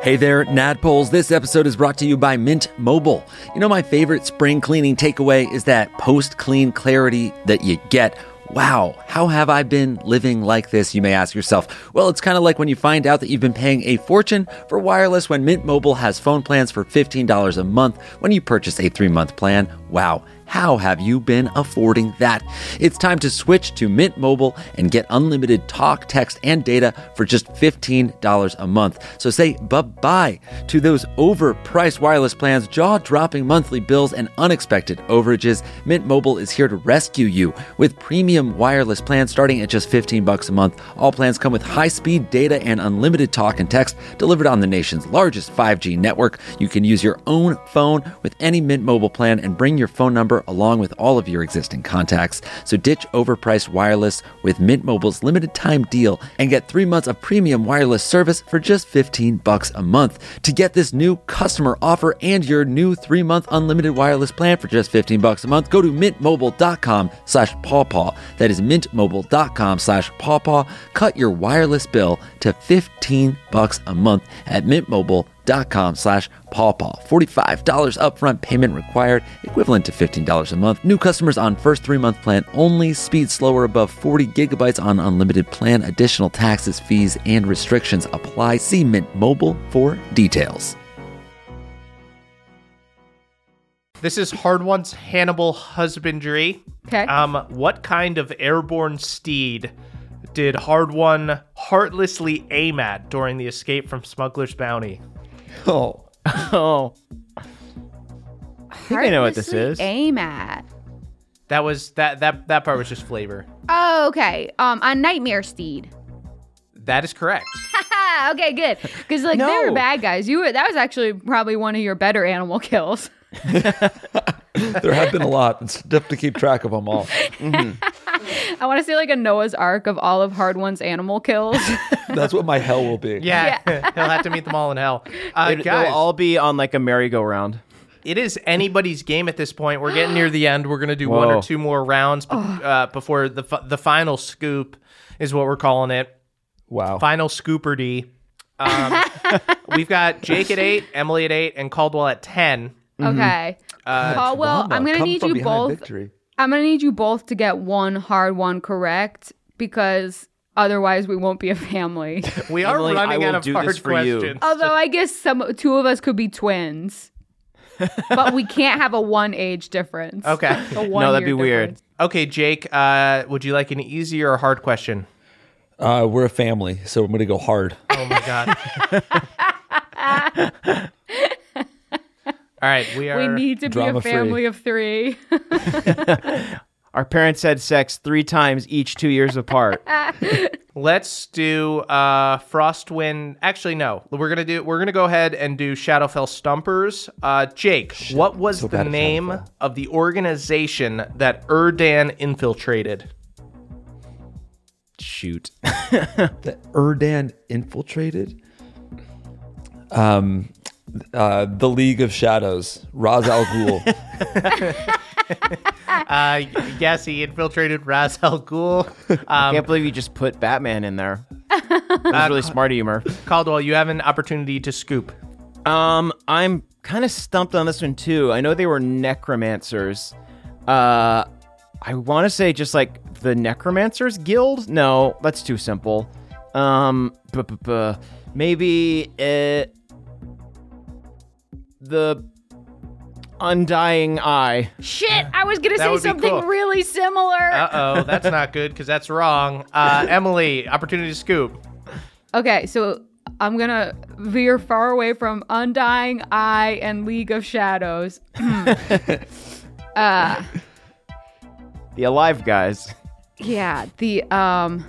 C: Hey there, Nadpoles. This episode is brought to you by Mint Mobile. You know, my favorite spring cleaning takeaway is that post clean clarity that you get. Wow, how have I been living like this? You may ask yourself. Well, it's kind of like when you find out that you've been paying a fortune for wireless when Mint Mobile has phone plans for $15 a month when you purchase a three month plan. Wow. How have you been affording that? It's time to switch to Mint Mobile and get unlimited talk, text, and data for just $15 a month. So say bye-bye to those overpriced wireless plans, jaw-dropping monthly bills, and unexpected overages. Mint Mobile is here to rescue you with premium wireless plans starting at just 15 bucks a month. All plans come with high-speed data and unlimited talk and text delivered on the nation's largest 5G network. You can use your own phone with any Mint Mobile plan and bring your phone number along with all of your existing contacts. So ditch overpriced wireless with Mint Mobile's limited time deal and get 3 months of premium wireless service for just 15 bucks a month. To get this new customer offer and your new 3-month unlimited wireless plan for just 15 bucks a month, go to mintmobile.com/pawpaw. That is mintmobile.com/pawpaw. Cut your wireless bill to 15 bucks a month at mintmobile.com slash pawpaw. $45 upfront payment required, equivalent to $15 a month. New customers on first three-month plan only. Speed slower above 40 gigabytes on unlimited plan. Additional taxes, fees, and restrictions apply. See Mint Mobile for details.
B: This is Hard One's Hannibal Husbandry.
E: Okay.
B: Um, what kind of airborne steed did Hard One heartlessly aim at during the escape from Smuggler's Bounty?
D: Oh. Oh. I think I know what this
E: Heartlessly
D: is.
E: Aim at.
B: That was that that that part was just flavor.
E: Oh, okay. Um, on Nightmare Steed.
B: That is correct.
E: Haha, okay, good. Because like they were
D: No.
E: bad guys. You were that was actually probably one of your better animal kills.
G: There have been a lot. It's tough to keep track of them all.
E: I want to say like a Noah's Ark of all of Hard One's animal kills.
G: That's what my hell will be.
B: Yeah, he'll have to meet them all in hell. Uh,
D: It,
B: guys,
D: will all be on like a merry-go-round.
B: it is anybody's game at this point. We're getting near the end. We're gonna do one
D: Whoa.
B: or two more rounds but, uh, before the fi- the final scoop is what we're calling it.
G: Wow.
B: Final scooper D. Um, we've got Jake at eight, Emily at eight, and Caldwell at ten.
E: okay. oh well, I'm gonna
G: Come
E: need
G: from
E: you
G: behind
E: both.
G: Victory.
E: I'm gonna need you both to get one hard one correct because otherwise we won't be a family.
B: We are
D: Emily, I
B: running
D: will
B: out of
D: do
B: hard
D: this for you.
B: questions.
E: Although I guess some two of us could be twins, but we can't have a one age difference.
B: Okay.
E: A one
D: No, that'd be weird.
B: Okay, Jake, uh, would you like an easy or a hard question?
G: Uh, we're a family, so I'm going to go hard.
B: Oh my god. All right, we are
E: We need to be a
G: Drama-free.
E: family of three.
D: Our parents had sex three times each two years apart.
B: let's do uh Frostwind. Actually no. We're going to do we're going to go ahead and do Shadowfell Stumpers. Uh Jake, what was
G: so
B: the
G: bad at
B: name
G: Shadowfell.
B: of the organization that Erdan infiltrated?
D: Shoot.
G: The Erdan infiltrated? Um, uh, the League of Shadows, Raz Al Ghul.
B: Uh yes, he infiltrated Raz Al Ghul.
D: I can't believe you just put Batman in there. That was really smart of you, Murph.
B: Caldwell, you have an opportunity to scoop.
D: Um, I'm kind of stumped on this one too. I know they were necromancers. Uh, I want to say just like the Necromancers Guild. No, that's too simple. Um, bu- bu- bu- maybe uh, the Undying Eye.
E: Shit, I was gonna
B: That
E: say
B: would be
E: something
B: cool. Uh,
E: really similar.
B: Uh-oh, that's not good cuz that's wrong. Uh Emily, opportunity to scoop.
E: okay, so I'm gonna veer far away from Undying Eye and League of Shadows. uh,
D: The Alive Guys.
E: yeah, the um,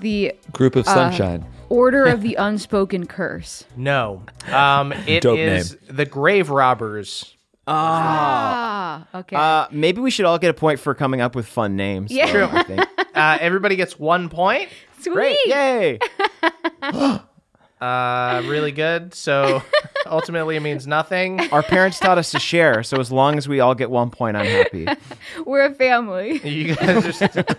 E: the
G: Group of Sunshine.
E: Order of the Unspoken Curse.
B: No. Um, it
G: Dope
B: is the Grave Robbers.
E: Ah, okay.
D: Uh, maybe we should all get a point for coming up with fun names.
E: Yeah.
D: though, I think.
B: Uh, everybody gets one point.
E: Sweet.
D: Great. Yay.
B: Uh, really good. So ultimately, it means nothing.
D: Our parents taught us to share, so as long as we all get one point, I'm happy.
E: We're a family.
B: You guys are. St-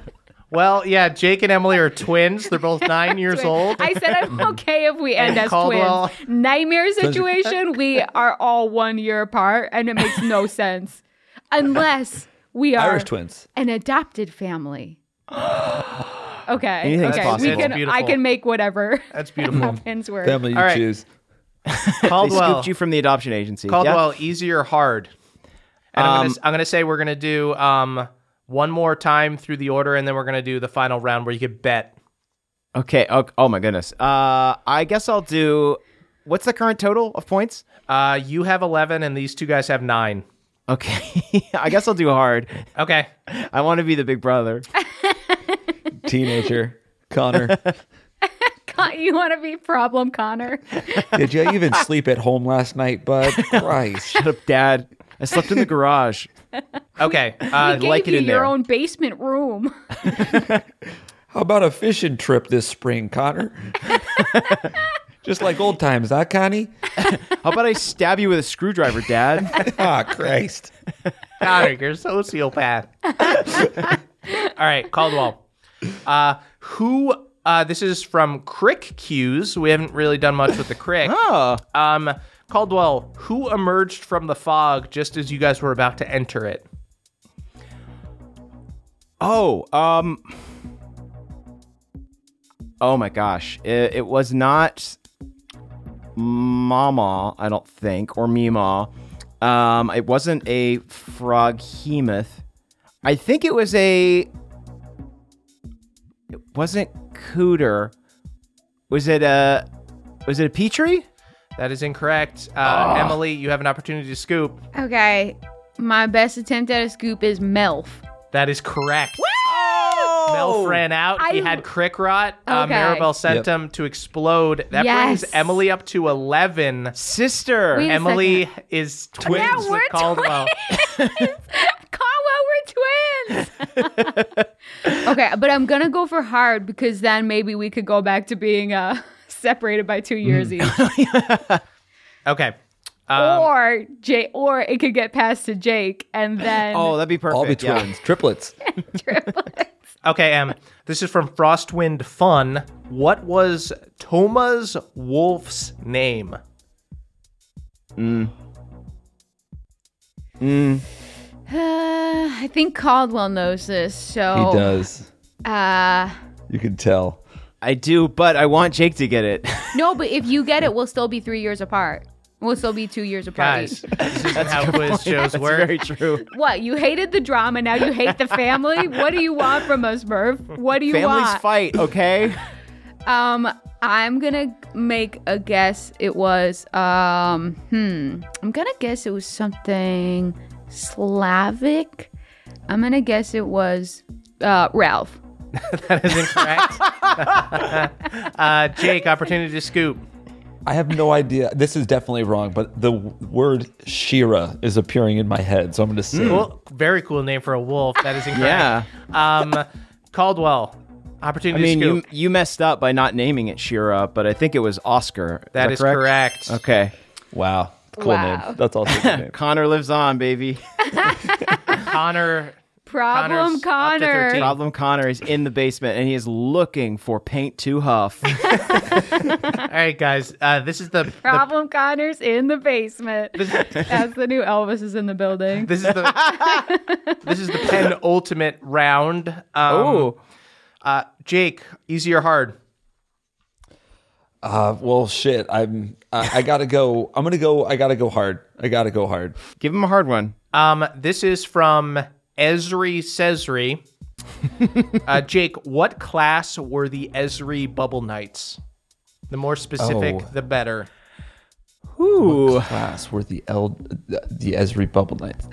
B: well, yeah. Jake and Emily are twins. They're both nine years old.
E: I said I'm okay if we end as
B: Caldwell.
E: twins. Nightmare situation, we are all one year apart and it makes no sense. Unless we are
G: Irish twins.
E: an adopted family. Okay.
D: Anything's
E: okay.
D: possible.
E: We can,
B: That's
E: I
B: beautiful.
E: can make whatever
B: That's beautiful.
E: happens work.
G: Family you
B: All right.
G: choose.
D: They
B: Caldwell.
D: scooped you from the adoption agency.
B: Caldwell, easy or hard? And I'm,
D: Um,
B: gonna, I'm gonna say we're gonna do um one more time through the order, and then we're gonna do the final round where you could bet.
D: Okay. Oh, oh my goodness. Uh, I guess I'll do. What's the current total of points?
B: Uh, you have eleven, and these two guys have nine.
D: Okay. I guess I'll do hard.
B: Okay.
D: I want to be the big brother.
C: Teenager Connor,
E: Con- you want to be problem Connor?
C: did you even sleep at home last night, bud? Christ.
D: Shut up, Dad. I slept in the garage.
B: Okay. Uh,
E: I gave
D: like it
E: you
D: in
E: your
D: there.
E: own basement room.
C: How about a fishing trip this spring, Connor? Just like old times, huh, Connie?
D: How about I stab you with a screwdriver, Dad?
C: Ah, Christ.
B: Connor, you're a sociopath. All right, Caldwell. Uh, who? Uh, this is from Crick Cues. We haven't really done much with the Crick.
D: Oh,
B: Um, Caldwell, who emerged from the fog just as you guys were about to enter it?
D: Oh, um. Oh my gosh. It, it was not Mama, I don't think, or Mima. Um, it wasn't a frog hemoth. I think it was a. It wasn't Cooter. Was it a. Was it a Petrie?
B: That is incorrect. Uh, Emily, you have an opportunity to scoop.
E: Okay, my best attempt at a scoop is Melf.
B: That is correct.
D: Oh!
B: Melf ran out. he
E: I-
B: had Crick Rot. Uh,
E: Okay.
B: Maribel sent
C: Yep.
B: him to explode. That
E: Yes.
B: brings Emily up to 11.
D: Sister!
E: Wait a
B: Emily is twins
E: Now
B: with
E: we're
B: Caldwell.
E: Caldwell, we're twins. okay, but I'm gonna go for hard because then maybe we could go back to being uh separated by two years each,
B: Okay. Um,
E: or Jay, or it could get passed to Jake and then
D: oh, that'd be perfect.
C: All be
D: yeah.
C: twins, triplets.
B: okay, Em. This is from Frostwind Fun. What was Toma's wolf's name?
E: Uh, I think Caldwell knows this,
C: He
E: so
C: does.
E: Uh,
C: You can tell.
D: I do, but I want Jake to get it.
E: no, but if you get it, we'll still be three years apart. We'll still be two years apart.
B: Guys,
E: each.
B: this is how quiz shows
D: That's
B: work.
D: very true.
E: What you hated the drama, now you hate the family. what do you want from us, Merv? What do you
D: Families
E: want?
D: fight, okay?
E: Um, I'm gonna make a guess. It was um, hmm. I'm gonna guess it was something Slavic. I'm gonna guess it was uh Ralph.
B: That is incorrect. uh, Jake, opportunity to scoop.
C: I have no idea. This is definitely wrong, but the w- word Shira is appearing in my head, so I'm going to say
D: Mm.
B: Well, very cool name for a wolf. That is incorrect.
D: Yeah.
B: Um, Caldwell,
D: I
B: opportunity
D: mean,
B: to
D: you,
B: scoop.
D: you messed up by not naming it Shira, but I think it was Oscar.
B: that is correct.
D: Okay.
C: Wow. Cool
E: Wow.
C: name. That's also a good name.
D: Connor lives on, baby.
B: Connor,
E: Problem,
B: Connor's up to
E: Connor.
B: 13.
D: Problem Connor is in the basement and he is looking for paint to huff.
B: all right, guys. Uh, this is the, the
E: Problem Connor's in the basement. That's the new Elvis is in the building.
B: this is the this is the penultimate round. Um,
D: oh,
B: uh, Jake, easy or hard?
C: Uh, well, shit. I'm. I, I gotta go. I'm gonna go. I gotta go hard. I gotta go hard.
D: give him a hard one.
B: Um, this is from Esri Cesri. uh, Jake, what class were the Esri Bubble Knights? The more specific,
C: Oh.
B: the better. Oh
D: Ooh.
C: Class were the El, the, the Esri Bubble Knights,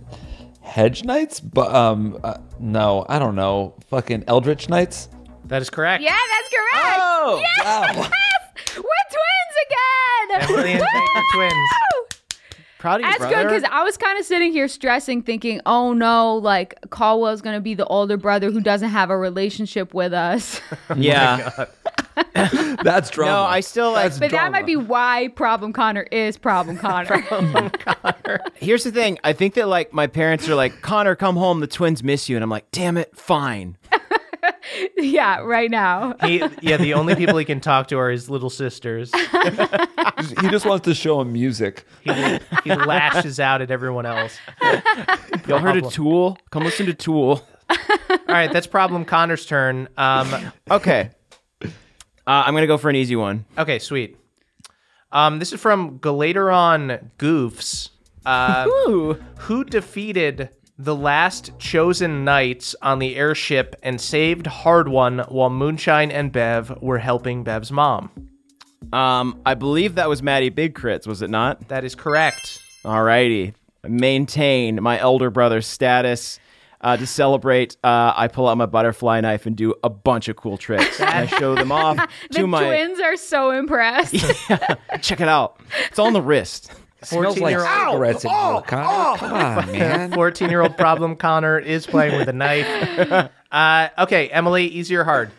C: Hedge Knights, but um, uh, no, I don't know. Fucking Eldritch Knights.
B: That is correct.
E: Yeah, that's correct.
D: Oh,
C: Wow.
E: We're twins again.
B: Emily and Jake are twins.
D: proud of you,
E: That's good
D: brother.
E: because I was kind of sitting here stressing, thinking, "Oh no, like Caldwell's gonna be the older brother who doesn't have a relationship with us."
B: Oh
D: yeah.
C: That's drama.
D: no, I still like.
E: But that might be why Problem Connor is Problem Connor.
D: Here's the thing. I think that like my parents are like, Connor, come home. The twins miss you, and I'm like, damn it, fine.
E: yeah, right now.
B: He, yeah, the only people he can talk to are his little sisters.
C: he just wants to show him music.
B: He, he lashes out at everyone else.
D: Y'all heard
B: Problem.
D: of Tool? Come listen to Tool.
B: All right, that's problem Connor's turn. Um,
D: Okay. Uh, I'm gonna go for an easy one.
B: okay, sweet. Um, this is from Galateron Goofs. Uh,
D: Ooh.
B: who defeated the last chosen knights on the airship and saved Hard One while Moonshine and Bev were helping Bev's mom?
D: Um, I believe that was Maddie Big Crits, was it not?
B: That is correct.
D: Alrighty. Maintain my elder brother's status. Uh, to celebrate, uh, I pull out my butterfly knife and do a bunch of cool tricks. And I show them off
E: The
D: to my.
E: twins are so impressed.
D: Check it out. It's on the wrist.
C: Smells like
B: 14-year-old
C: cigarettes in
D: Oh!
C: here, Connor. Come on, man.
B: 14 year old problem Connor is playing with a knife. Uh, okay, Emily, easy or hard?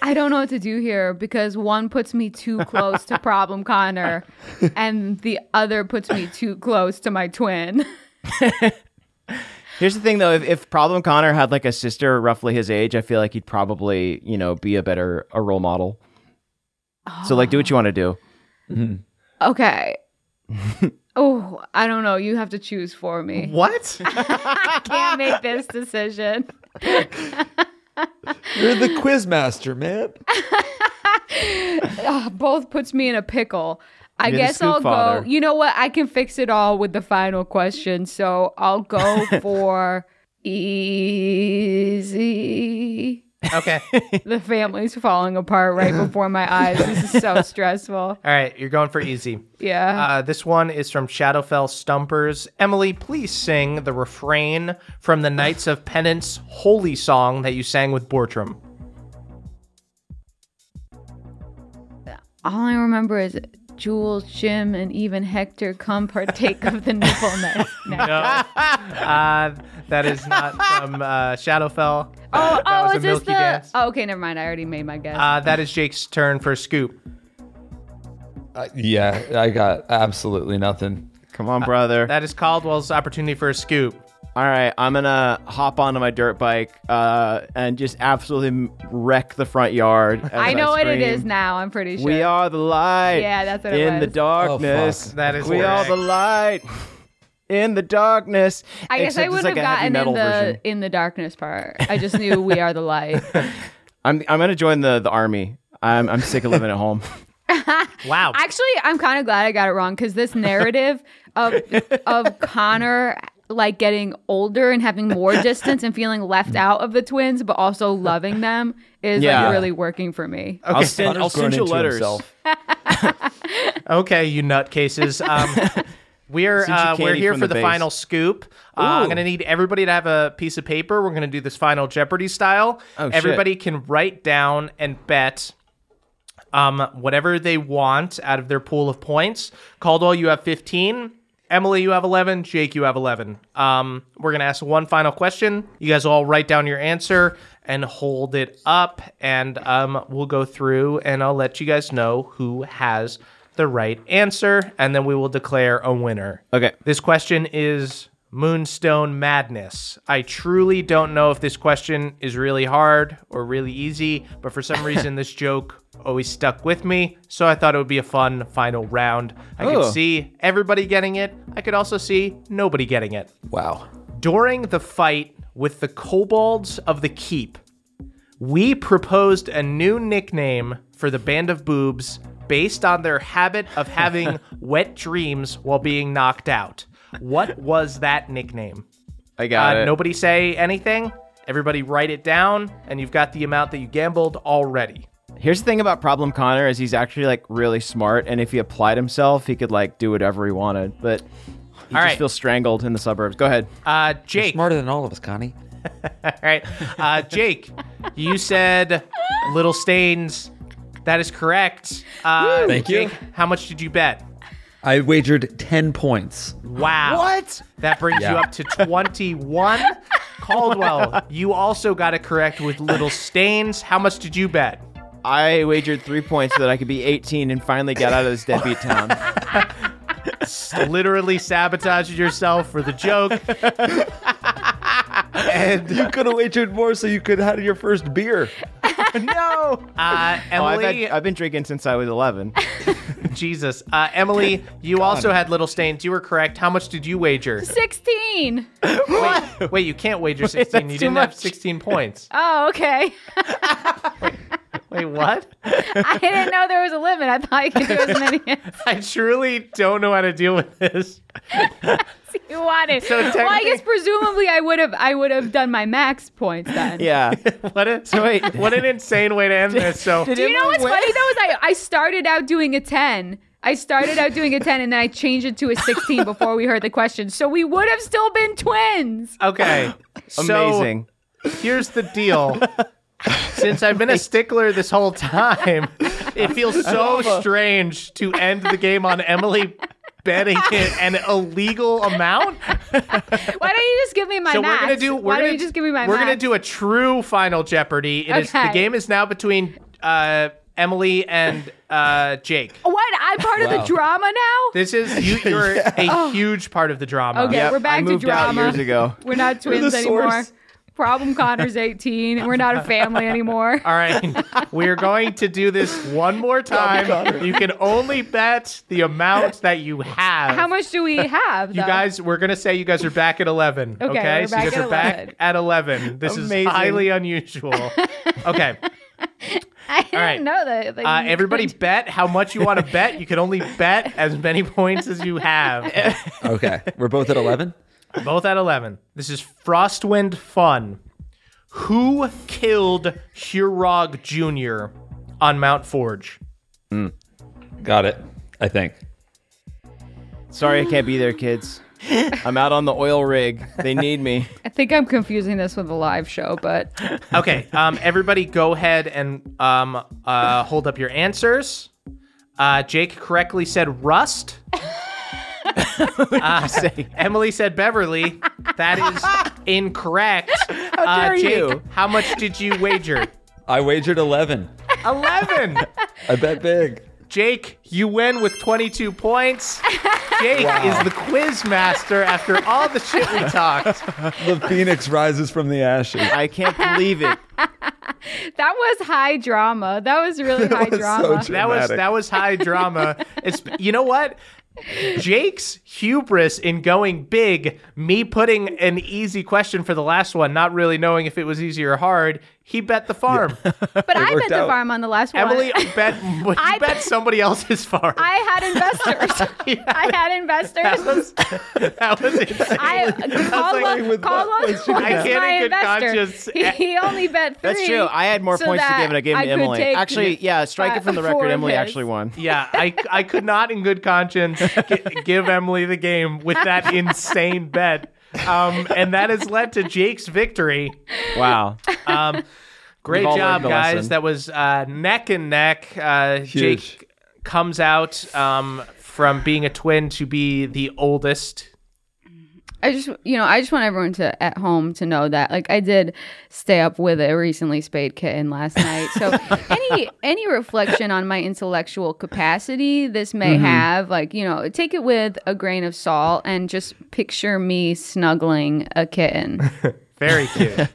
E: I don't know what to do here because one puts me too close to Problem Connor and the other puts me too close to my twin.
D: Here's the thing, though. If, if Problem Connor had like a sister roughly his age, I feel like he'd probably, you know, be a better a role model. So, like, do what you want to do.
E: Okay. oh, I don't know. You have to choose for me.
B: What?
E: I can't make this decision.
C: You're the quiz master, man.
E: Ugh, Ah, both puts me in a pickle. I
D: You're the
E: guess I'll
D: scoop father.
E: go. You know what? I can fix it all with the final question. So I'll go for easy.
B: Okay.
E: The family's falling apart right before my eyes. This is so stressful.
B: All right, you're going for easy.
E: Yeah.
B: Uh, this one is from Shadowfell Stumpers. Emily, please sing the refrain from the Knights of Penance holy song that you sang with Bortram.
E: all I remember is Jules, Jim, and even Hector come partake of the nipple neck.
B: Uh, that is not from uh, Shadowfell.
E: Oh,
B: that was
E: oh,
B: a
E: is this
B: Milky
E: the?
B: Dance.
E: Oh, okay, never mind. I already made my guess.
B: Uh, that is Jake's turn for Scoop.
C: Uh, yeah, I got absolutely nothing.
D: Come on, brother.
B: That is Caldwell's opportunity for a scoop.
D: All right, I'm gonna hop onto my dirt bike uh, and just absolutely m- wreck the front yard. as
E: I know what it
D: scream,
E: is now. I'm pretty sure.
D: We are the light.
E: Yeah, that's what it
D: in the
E: was.
D: darkness.
C: Oh, fuck.
B: That is
D: we are
B: correct.
D: the light in the darkness.
E: I guess
D: Except
E: I
D: it's
E: would
D: like
E: have
D: a heavy
E: gotten in
D: metal
E: the
D: version.
E: in the darkness part. I just knew we are the light.
D: I'm I'm gonna join the the army. I'm I'm sick of living at home.
B: Wow.
E: Actually, I'm kind of glad I got it wrong because this narrative of of Connor like getting older and having more distance and feeling left out of the twins, but also loving them is
D: Yeah.
E: like really working for me.
D: I'll send I'll
C: Connor's grown
D: send you
C: into
D: letters.
C: himself.
B: okay, you nutcases. Um, we're
D: Sent you
B: uh, we're
D: candy
B: here
D: from
B: for the,
D: the base.
B: final scoop. Uh, I'm
D: Ooh.
B: gonna need everybody to have a piece of paper. We're gonna do this final Jeopardy style.
D: Oh, shit.
B: everybody can write down and bet. Um, whatever they want out of their pool of points. Caldwell, you have 15. Emily, you have 11. Jake, you have 11. Um, we're going to ask one final question. You guys all write down your answer and hold it up, and um, we'll go through and I'll let you guys know who has the right answer, and then we will declare a winner.
D: Okay.
B: This question is Moonstone Madness. I truly don't know if this question is really hard or really easy, but for some reason, this joke always stuck with me. So I thought it would be a fun final round. I
D: Ooh.
B: could see everybody getting it, I could also see nobody getting it.
C: Wow.
B: During the fight with the kobolds of the keep, we proposed a new nickname for the band of boobs based on their habit of having wet dreams while being knocked out. What was that nickname?
D: I got
B: Uh,
D: it.
B: Nobody say anything. Everybody write it down, and you've got the amount that you gambled already.
D: Here's the thing about Problem Connor is he's actually like really smart, and if he applied himself, he could like do whatever he wanted. But he just
B: right.
D: feels strangled in the suburbs. Go ahead.
B: Uh, Jake,
C: Smarter than all of us, Connie.
B: all right. Uh, Jake, you said little stains. That is correct. Uh,
C: Thank you.
B: Jake, How much did you bet?
C: I wagered 10 points.
B: Wow.
D: What?
B: That brings you
C: Yeah.
B: up to 21. Caldwell, you also got it correct with little stains. How much did you bet?
D: I wagered three points so that I could be 18 and finally get out of this deadbeat town.
B: Literally sabotaging yourself for the joke. Uh, and
C: You could have wagered more so you could have had your first beer.
D: no.
B: uh,
D: Oh, I've,
B: Emily,
D: had, I've been drinking since I was 11.
B: Jesus. Uh, Emily, you also had little stains. You were correct. How much did you wager?
E: Sixteen.
B: Wait, wait, you can't wager 16.
D: that's
B: you
D: too
B: didn't have
D: much.
B: 16 points.
E: Oh, okay.
B: Wait, what?
E: I didn't know there was a limit. I thought you could do as many as
B: I truly don't know how to deal with this.
E: you wanted.
B: So
E: well, I guess
B: technically-
E: presumably I would have I would have done my max points then.
D: Yeah.
B: What a
D: wait.
B: what an insane way to end this. So
D: Did
E: Do you
D: Emily
E: know what's
D: win?
E: funny though is I, I started out doing a 10. I started out doing a 10 and then I changed it to a 16 before we heard the question. So we would have still been twins.
B: okay, so
D: Amazing.
B: here's the deal. Since I've been a stickler this whole time, it feels so strange to end the game on Emily betting it an illegal amount.
E: Why don't you just give me my
B: so
E: max?
B: we're gonna do. We're
E: Why
B: gonna,
E: don't you just give me my
B: We're
E: max?
B: gonna do a true final Jeopardy. It is the
E: Okay.
B: game is now between uh, Emily and uh, Jake.
E: What? I'm part of the drama now?
B: This is you, you're a huge part of the drama.
E: Oh. Okay, we're back
D: I
E: to
D: moved out
E: drama.
D: years ago.
E: We're not twins
C: the
E: anymore.
C: source.
E: Problem Connor's 18 and we're not a family anymore.
B: All right, we're going to do this one more time. You can only bet the amount that you have.
E: How much do we have?
B: You
E: though?
B: guys, we're gonna say you guys are back at eleven. Okay,
E: Okay, we're
B: so
E: back
B: you guys
E: at
B: are back
E: 11.
B: at eleven. This is
D: Amazing.
B: highly unusual. okay,
E: I didn't
B: right.
E: know that. that
B: uh,
E: you
B: everybody,
E: couldn't-
B: bet how much you want to bet. You can only bet as many points as you have.
F: Okay, we're both at 11.
B: Both at eleven. This is Frostwind Fun. Who killed Hurog Junior on Mount Forge?
C: Got it.
F: I think.
D: Sorry I can't be there, kids. I'm out on the oil rig. They need me.
E: I think I'm confusing this with a live show, but
B: Okay, um, everybody, go ahead and um, uh, hold up your answers. Uh, Jake correctly said rust. Uh, Emily said Beverly. That is incorrect. How
D: dare
B: uh, Jake,
D: you.
B: How much did you wager?
F: I wagered 11.
B: Eleven.
F: I bet big.
B: Jake, you win with 22 points. Jake is the quiz master after all the shit we talked.
F: The phoenix rises from the ashes.
D: I can't believe it.
E: that was high drama. That was really high
F: was so
E: drama.
F: dra-
B: That was
F: Dramatic.
B: that was high drama. It's you know what? Jake's hubris in going big, me putting an easy question for the last one, not really knowing if it was easy or hard. He bet the farm.
E: but I bet the
F: out.
E: farm on the last one.
B: Emily bet you
E: I
B: bet somebody else's farm.
E: I had investors. I had
B: that
E: investors.
B: was that was insane.
E: I uh, Caldwell,
F: with
E: Caldwell
F: what-
E: was
F: what you
B: did. I can't
E: my
B: in good conscience-
E: investor. He, he only bet three.
D: That's true. I had more
E: so
D: points to
E: that
D: give and I gave
E: I
D: to
E: could
D: Emily.
E: take
D: Actually, yeah, strike it from the
E: five- four
D: record.
E: of
D: Emily
E: his.
D: actually won.
B: yeah, I, I could not in good conscience gi- give Emily the game with that insane bet. Um, and that has led to Jake's victory.
D: Wow.
B: Um, great
D: We've all
B: job,
D: learned a
B: guys.
D: lesson.
B: That was uh, neck and neck. Uh,
C: Huge.
B: Jake comes out um, from being a twin to be the oldest.
E: I just, you know, I just want everyone to at home to know that, like, I did stay up with a recently spayed kitten last night. So, any any reflection on my intellectual capacity this may have, like, you know, take it with a grain of salt and just picture me snuggling a kitten.
B: Very cute. Up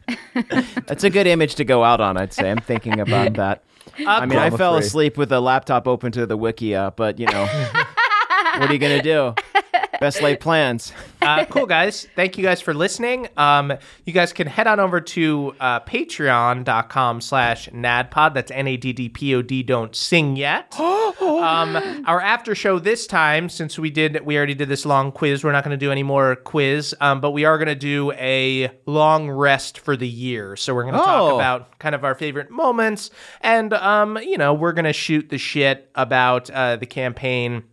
D: That's a good image to go out on, I'd say. I'm thinking about that. I mean, I
F: Drama
D: fell
F: free.
D: asleep with a laptop open to the Wikia, but you know, what are you going to do? Best laid plans.
B: uh, cool guys thank you guys for listening um, you guys can head on over to uh, patreon.com slash nadpod that's n-a-d-d-p-o-d don't sing yet um, our after show this time since we did we already did this long quiz we're not going to do any more quiz um, but we are going to do a long rest for the year so we're going to talk
D: Oh.
B: about kind of our favorite moments and um, you know we're going to shoot the shit about uh, the campaign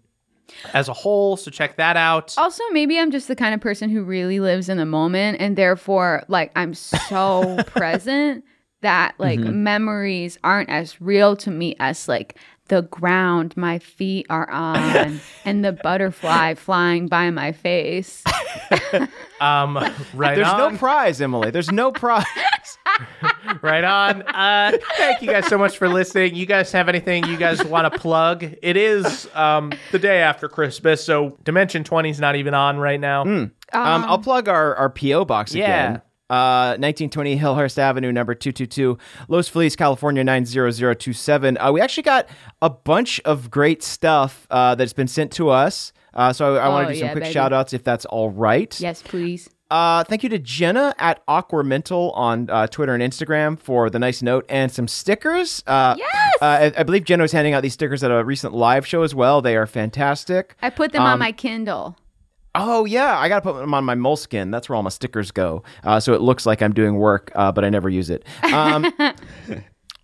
B: as a whole so check that out
E: Also, maybe I'm just the kind of person who really lives in the moment and therefore, like, I'm so present that, like,
D: Mm-hmm.
E: memories aren't as real to me as, like, the ground my feet are on and the butterfly flying by my face.
B: Um, right
D: There's
B: on.
D: no prize, Emily. There's no prize.
B: right on. Uh, thank you guys so much for listening. You guys have anything you guys want to plug? It is um, the day after Christmas, so Dimension 20 is not even on right now.
D: Um, I'll plug our, our PO box
B: Yeah.
D: again. Uh, 1920 Hillhurst Avenue, number 222, Los Feliz, California, 90027. Uh, we actually got a bunch of great stuff uh, that's been sent to us. Uh, so I, I want
E: Oh,
D: to do some
E: yeah,
D: quick
E: baby.
D: shout outs if that's all right.
E: Yes, please.
D: Uh, thank you to Jenna at Aquamental on uh, Twitter and Instagram for the nice note and some stickers. Uh,
E: Yes!
D: Uh, I, I believe Jenna was handing out these stickers at a recent live show as well. They are fantastic.
E: I put them
D: Um,
E: on my Kindle.
D: Oh yeah, I gotta put them on my moleskin. That's where all my stickers go. Uh, so it looks like I'm doing work, uh, but I never use it. Um,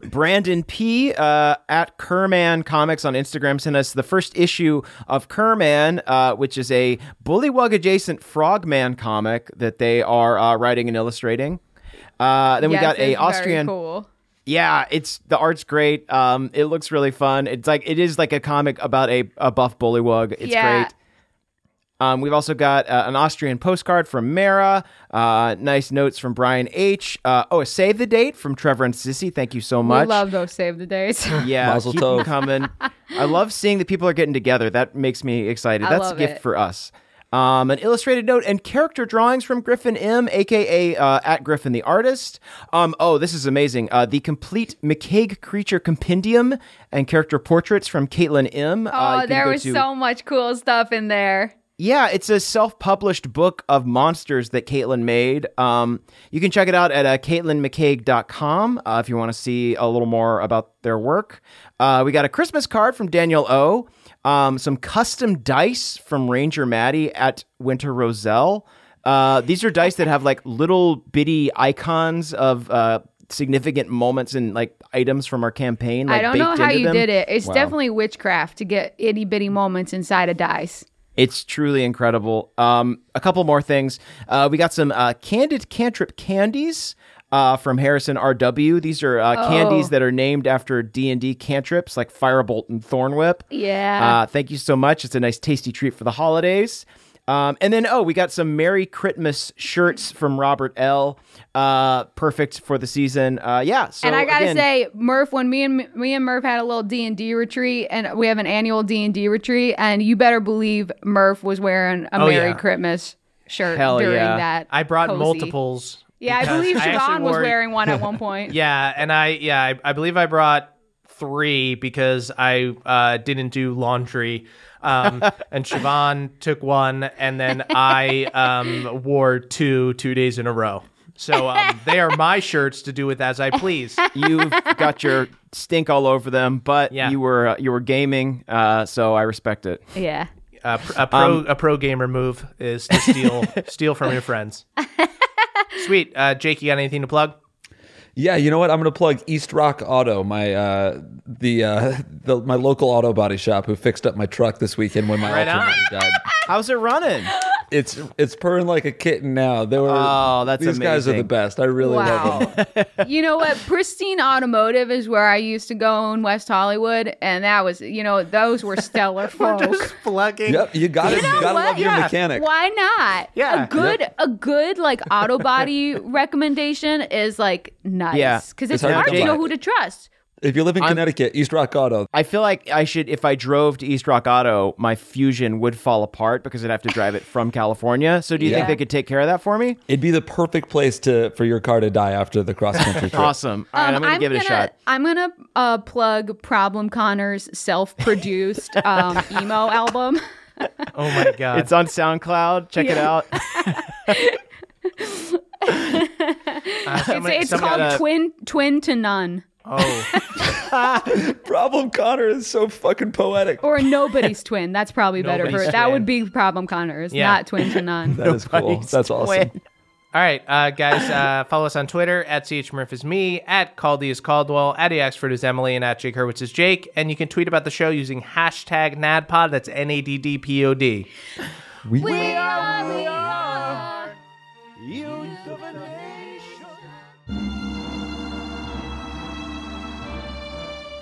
D: Brandon P uh, at Kerman Comics on Instagram sent us the first issue of Kerman, uh, which is a bullywug adjacent Frogman comic that they are uh, writing and illustrating. Uh, then we
E: Yes,
D: got
E: it's
D: a
E: very
D: Austrian
E: cool.
D: yeah, it's the art's great. Um, it looks really fun. It's like it is like a comic about a, a buff bullywug. It's
E: Yeah.
D: great. Um, we've also got uh, an Austrian postcard from Mara. Uh, nice notes from Brian H. Uh, oh, a save the date from Trevor and Sissy. Thank you so much.
E: We love those save the dates.
D: yeah,
C: Mazel
D: keep 'em
C: tov.
D: coming. I love seeing that people are getting together. That makes me excited.
E: I
D: That's a
E: love
D: gift
E: it.
D: for us. Um, an illustrated note and character drawings from Griffin M, aka uh, at Griffin the artist. Um, oh, this is amazing. Uh, the complete McCaig creature compendium and character portraits from Caitlin M. Uh,
E: oh, there was so much cool stuff in there.
D: Yeah, it's a self-published book of monsters that Caitlin made. Um, you can check it out at uh, CaitlinMcCaig.com uh, if you want to see a little more about their work. Uh, we got a Christmas card from Daniel O, um, some custom dice from Ranger Maddie at Winter Roselle. Uh, these are dice that have like little bitty icons of uh, significant moments and like items from our campaign. Like,
E: I don't
D: baked
E: know how
D: into
E: you
D: them.
E: did it. It's definitely witchcraft to get itty bitty moments inside a dice.
D: It's truly incredible. Um, a couple more things. Uh, we got some uh, candid cantrip candies uh, from Harrison R.W. These are uh, candies
E: Oh.
D: that are named after D and D cantrips like Firebolt and Thornwhip.
E: Yeah.
D: Uh, thank you so much. It's a nice tasty treat for the holidays. Um, and then oh, we got some Merry Christmas shirts from Robert L. Uh, perfect for the season. Uh, yeah. So
E: and I gotta
D: again-
E: say, Murph, when me and me and Murph had a little D and D retreat, and we have an annual D and D retreat, and you better believe Murph was wearing a
B: Oh,
E: Merry
B: yeah.
E: Christmas shirt
D: Hell
E: during
D: yeah.
E: that.
B: I brought
E: cozy.
B: multiples.
E: Yeah, I
B: because
E: believe
B: actually
E: Siobhan was
B: wore-
E: wearing one at one point.
B: Yeah, and I yeah I, I believe I brought three because I uh, didn't do laundry, um, and Siobhan took one, and then I um, wore two two days in a row. So um, they are my shirts to do with as I please.
D: you've got your stink all over them, but
B: Yeah.
D: you were uh, you were gaming, uh, so I respect it.
E: Yeah.
B: Uh, pr- a pro a pro gamer move is to steal steal from your friends. Sweet, uh, Jake, you got anything to plug?
C: Yeah, you know what? I'm gonna plug East Rock Auto, my uh, the uh, the my local auto body shop who fixed up my truck this weekend when my
B: Right
C: alternator died.
D: How's it running?
C: It's it's purring like a kitten now. They were
D: Oh, that's
C: these guys are the
D: amazing.
C: best. I really love them.
E: Wow. you know what? Pristine Automotive is where I used to go in West Hollywood, and that was, you know, those were stellar folk.
B: Plugging.
C: Yep, you got it. You gotta
E: what?
C: love your
E: Yeah.
C: mechanic.
E: Why not?
D: Yeah.
E: A good a good like auto body recommendation is like nice.
D: Yeah.
E: Cause it's,
C: It's hard to
E: hard to
D: come
E: know
C: by.
E: who to trust.
C: If you live in Connecticut, East Rock Auto.
D: I feel like I should, if I drove to East Rock Auto, my Fusion would fall apart because I'd have to drive it from California. So, do you
C: Yeah.
D: think they could take care of that for me?
C: It'd be the perfect place to for your car to die after the cross country trip.
D: Awesome. All right, Um, I'm gonna give it a shot.
E: Um, I'm gonna uh, plug Problem Connor's self-produced um, emo album.
B: Oh my god.
D: It's on SoundCloud. Check it out.
B: Uh, somebody-
E: it's
B: somebody-
E: called
D: gotta-
E: Twin Twin to None
B: oh.
C: Problem Connor is so fucking poetic.
E: or Nobody's Twin. That's probably better for
B: Nobody's
E: it. That
B: Twin.
E: would be Problem Connor's,
B: Yeah.
E: not Twin to None.
C: That is cool. That's awesome.
B: All right, uh, guys, uh, follow us on Twitter at chmurph is me, at Caldy is Caldwell, at Axford is Emily, and at Jake Hurwitz is Jake. And you can tweet about the show using hashtag NADPOD. That's N A D D P O D.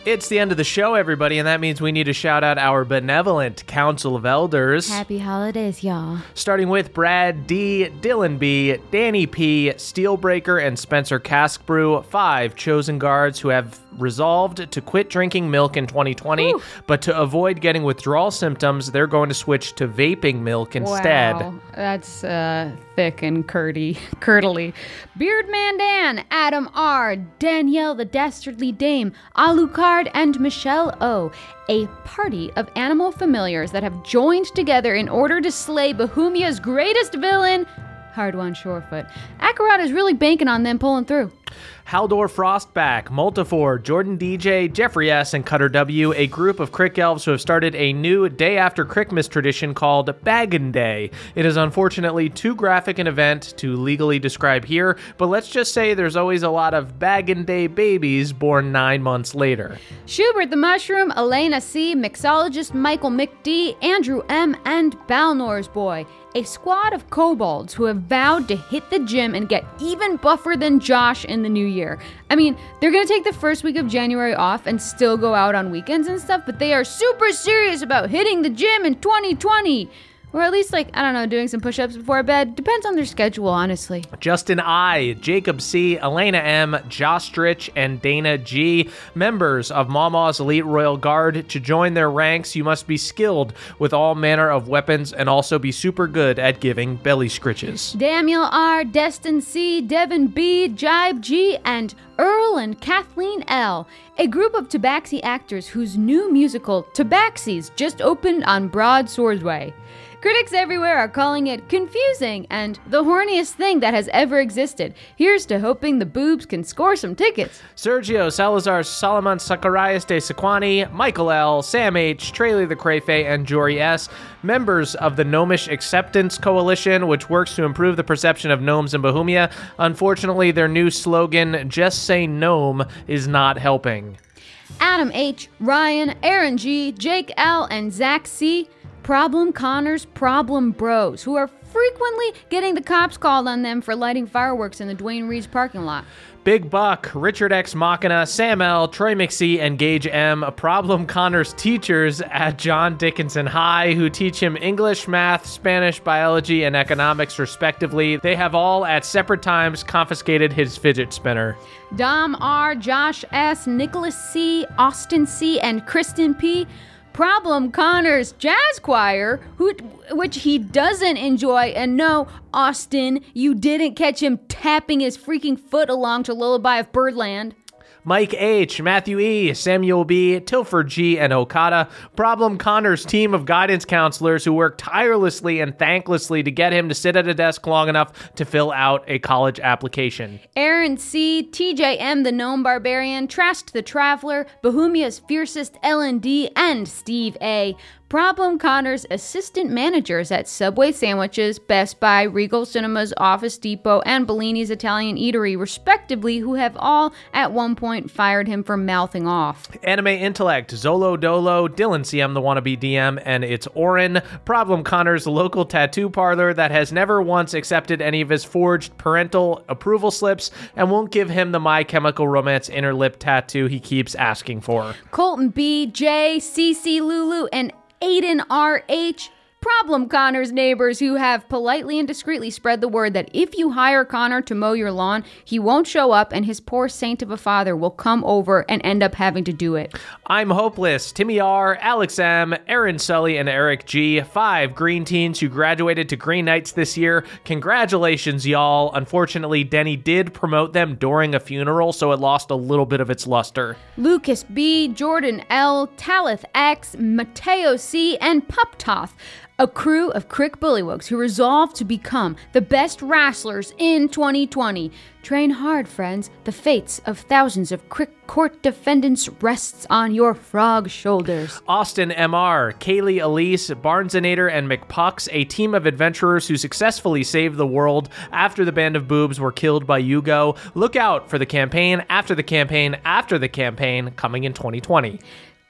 B: It's the end of the show, everybody, and that means we need to shout out our benevolent Council of Elders.
A: Happy holidays, y'all.
B: starting with Brad D, Dylan B, Danny P, Steelbreaker, and Spencer Caskbrew, five chosen guards who have resolved to quit drinking milk in 2020, but to avoid getting withdrawal symptoms, they're going to switch to vaping milk instead.
E: Wow, that's uh, thick and curdy, curdly.
A: Beardman Dan, Adam R, Danielle the Dastardly Dame, Alucard, and Michelle O, a party of animal familiars that have joined together in order to slay Bohemia's greatest villain,
E: Hard one, Shorefoot. Acheron is really banking on them pulling through.
B: Haldor Frostback, Multifor, Jordan DJ, Jeffrey S., and Cutter W., a group of Crick Elves who have started a new day after Crickmas tradition called Baggin' Day. It is unfortunately too graphic an event to legally describe here, but let's just say there's always a lot of Baggin' Day babies born nine months later.
E: Schubert the Mushroom, Elena C., mixologist Michael McD., Andrew M., and Balnor's Boy, a squad of kobolds who have vowed to hit the gym and get even buffer than Josh in the new year. I mean, they're gonna take the first week of January off and still go out on weekends and stuff, but they are super serious about hitting the gym in 2020. Or at least, like, I don't know, doing some push ups before bed. Depends on their schedule, honestly.
B: Justin I, Jacob C, Elena M, Jostrich, and Dana G, members of Mama's Elite Royal Guard. To join their ranks, you must be skilled with all manner of weapons and also be super good at giving belly scritches.
E: Daniel R, Destin C, Devin B, Jibe G, and Earl and Kathleen L, a group of Tabaxi actors whose new musical, Tabaxis, just opened on Broad Swordsway. Critics everywhere are calling it confusing and the horniest thing that has ever existed. Here's to hoping the boobs can score some tickets.
B: Sergio Salazar, Solomon Zacharias de Sequani, Michael L, Sam H, Traley the Crayfay, and Jory S, members of the Gnomish Acceptance Coalition, which works to improve the perception of gnomes in Bohemia. Unfortunately, their new slogan, "Just Say Gnome," is not helping.
E: Adam H., Ryan, Aaron G., Jake L., and Zach C. Problem Connors, problem bros, who are frequently getting the cops called on them for lighting fireworks in the Dwayne Reed's parking lot.
B: Big Buck, Richard X Machina, Sam L, Troy McSee, and Gage M, problem Connor's teachers at John Dickinson High, who teach him English, math, Spanish, biology, and economics, respectively. They have all at separate times confiscated his fidget spinner.
E: Dom R, Josh S, Nicholas C, Austin C, and Kristen P. Problem Connors Jazz Choir, who, which he doesn't enjoy, and no, Austin, you didn't catch him tapping his freaking foot along to Lullaby of Birdland.
B: Mike H, Matthew E, Samuel B, Tilford G, and Okada. Problem Connor's team of guidance counselors who work tirelessly and thanklessly to get him to sit at a desk long enough to fill out a college application.
E: Aaron C, TJM the Gnome Barbarian, Trashed the Traveler, Bohemia's Fiercest L&D, and Steve A. Problem Connor's assistant managers at Subway Sandwiches, Best Buy, Regal Cinemas, Office Depot, and Bellini's Italian Eatery, respectively, who have all at one point fired him for mouthing off.
B: Anime Intellect, Zolo Dolo, Dylan CM the Wannabe DM, and it's Orin. Problem Connor's local tattoo parlor that has never once accepted any of his forged parental approval slips and won't give him the My Chemical Romance inner lip tattoo he keeps asking for.
E: Colton B, J, CC Lulu, and Aiden RH. Problem Connor's neighbors who have politely and discreetly spread the word that if you hire Connor to mow your lawn, he won't show up and his poor saint of a father will come over and end up having to do it.
B: I'm Hopeless, Timmy R, Alex M, Aaron Sully, and Eric G. Five green teens who graduated to Green Knights this year. Congratulations, y'all. Unfortunately, Denny did promote them during a funeral, so it lost a little bit of its luster.
E: Lucas B, Jordan L, Talith X, Mateo C, and Puptoth, a crew of Crick Bullywogs who resolve to become the best wrestlers in 2020. Train hard, friends. The fates of thousands of Crick court defendants rests on your frog shoulders.
B: Austin MR, Kaylee Elise, Barnesonator, and McPucks, a team of adventurers who successfully saved the world after the band of boobs were killed by Yugo. Look out for the campaign, after the campaign, after the campaign coming in 2020.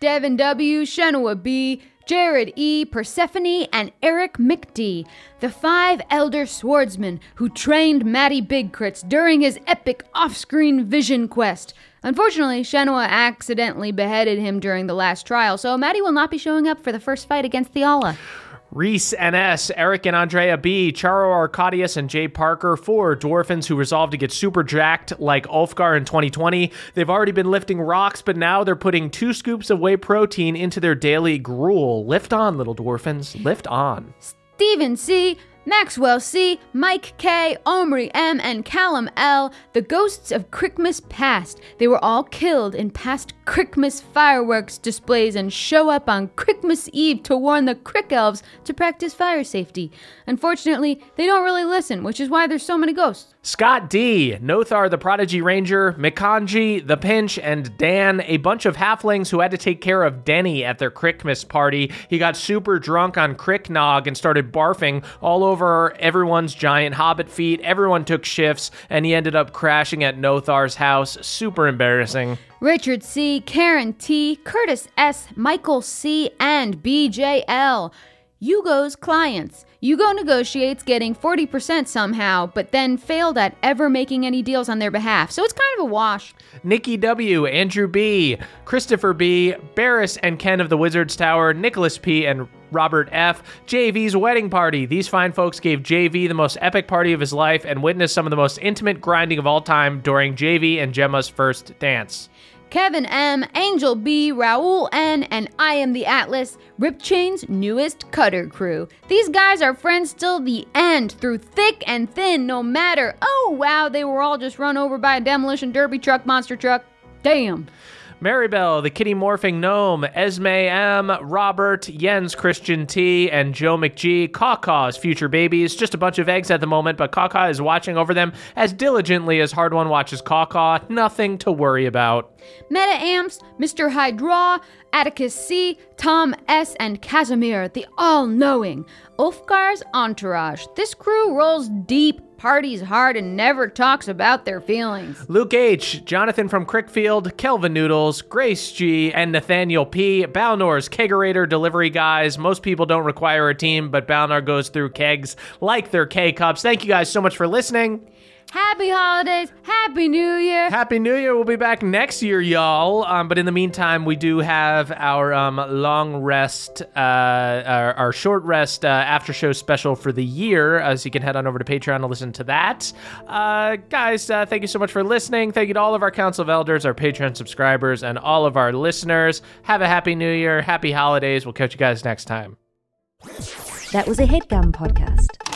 E: Devin W., Shenua B., Jared E., Persephone, and Eric McD, the five elder swordsmen who trained Matty Bigcritz during his epic off screen vision quest. Unfortunately, Shenua accidentally beheaded him during the last trial, so Matty will not be showing up for the first fight against Theala.
B: Reese NS, Eric and Andrea B, Charo Arcadius and Jay Parker, four dwarfins who resolved to get super jacked like Ulfgar in 2020. They've already been lifting rocks, but now they're putting two scoops of whey protein into their daily gruel. Lift on, little dwarfins, lift on.
E: Stephen C., Maxwell C., Mike K., Omri M., and Callum L., the ghosts of Crickmas past. They were all killed in past Crickmas fireworks displays and show up on Crickmas Eve to warn the Crick Elves to practice fire safety. Unfortunately, they don't really listen, which is why there's so many ghosts.
B: Scott D, Nothar the Prodigy Ranger, Mikanji the Pinch, and Dan, a bunch of halflings who had to take care of Denny at their Crickmas party. He got super drunk on Cricknog and started barfing all over everyone's giant hobbit feet. Everyone took shifts, and he ended up crashing at Nothar's house. Super embarrassing.
E: Richard C., Karen T., Curtis S., Michael C., and BJL. Yugo's clients. Yugo negotiates getting 40% somehow, but then failed at ever making any deals on their behalf, so it's kind of a wash.
B: Nikki W, Andrew B, Christopher B, Barris and Ken of the Wizards Tower, Nicholas P, and Robert F, JV's wedding party. These fine folks gave JV the most epic party of his life and witnessed some of the most intimate grinding of all time during JV and Gemma's first dance.
E: Kevin M, Angel B, Raoul N, and I am the Atlas, Rip Chain's newest cutter crew. These guys are friends till the end, through thick and thin, no matter. Oh wow, they were all just run over by a demolition derby truck, monster truck. Damn.
B: Maribel, the kitty morphing gnome, Esme M, Robert, Jens Christian T, and Joe McGee, Kaka's future babies. Just a bunch of eggs at the moment, but Kaka is watching over them as diligently as Hard One watches Kaka. Nothing to worry about.
E: Meta Amps, Mr. Hydra, Atticus C, Tom S, and Casimir, the all-knowing. Ulfgar's entourage. This crew rolls deep, parties hard, and never talks about their feelings.
B: Luke H, Jonathan from Crickfield, Kelvin Noodles, Grace G, and Nathaniel P. Balnor's kegerator delivery guys. Most people don't require a team, but Balnor goes through kegs like their K cups. Thank you guys so much for listening.
E: Happy holidays, happy new year.
B: Happy New Year! We'll be back next year, y'all. Um, but in the meantime, we do have our um, long rest, uh, our, our short rest uh, after show special for the year. Uh, so you can head on over to Patreon to listen to that. Uh, guys, uh, thank you so much for listening. Thank you to all of our Council of Elders, our Patreon subscribers, and all of our listeners. Have a happy New Year, happy holidays. We'll catch you guys next time.
A: That was a headgum podcast.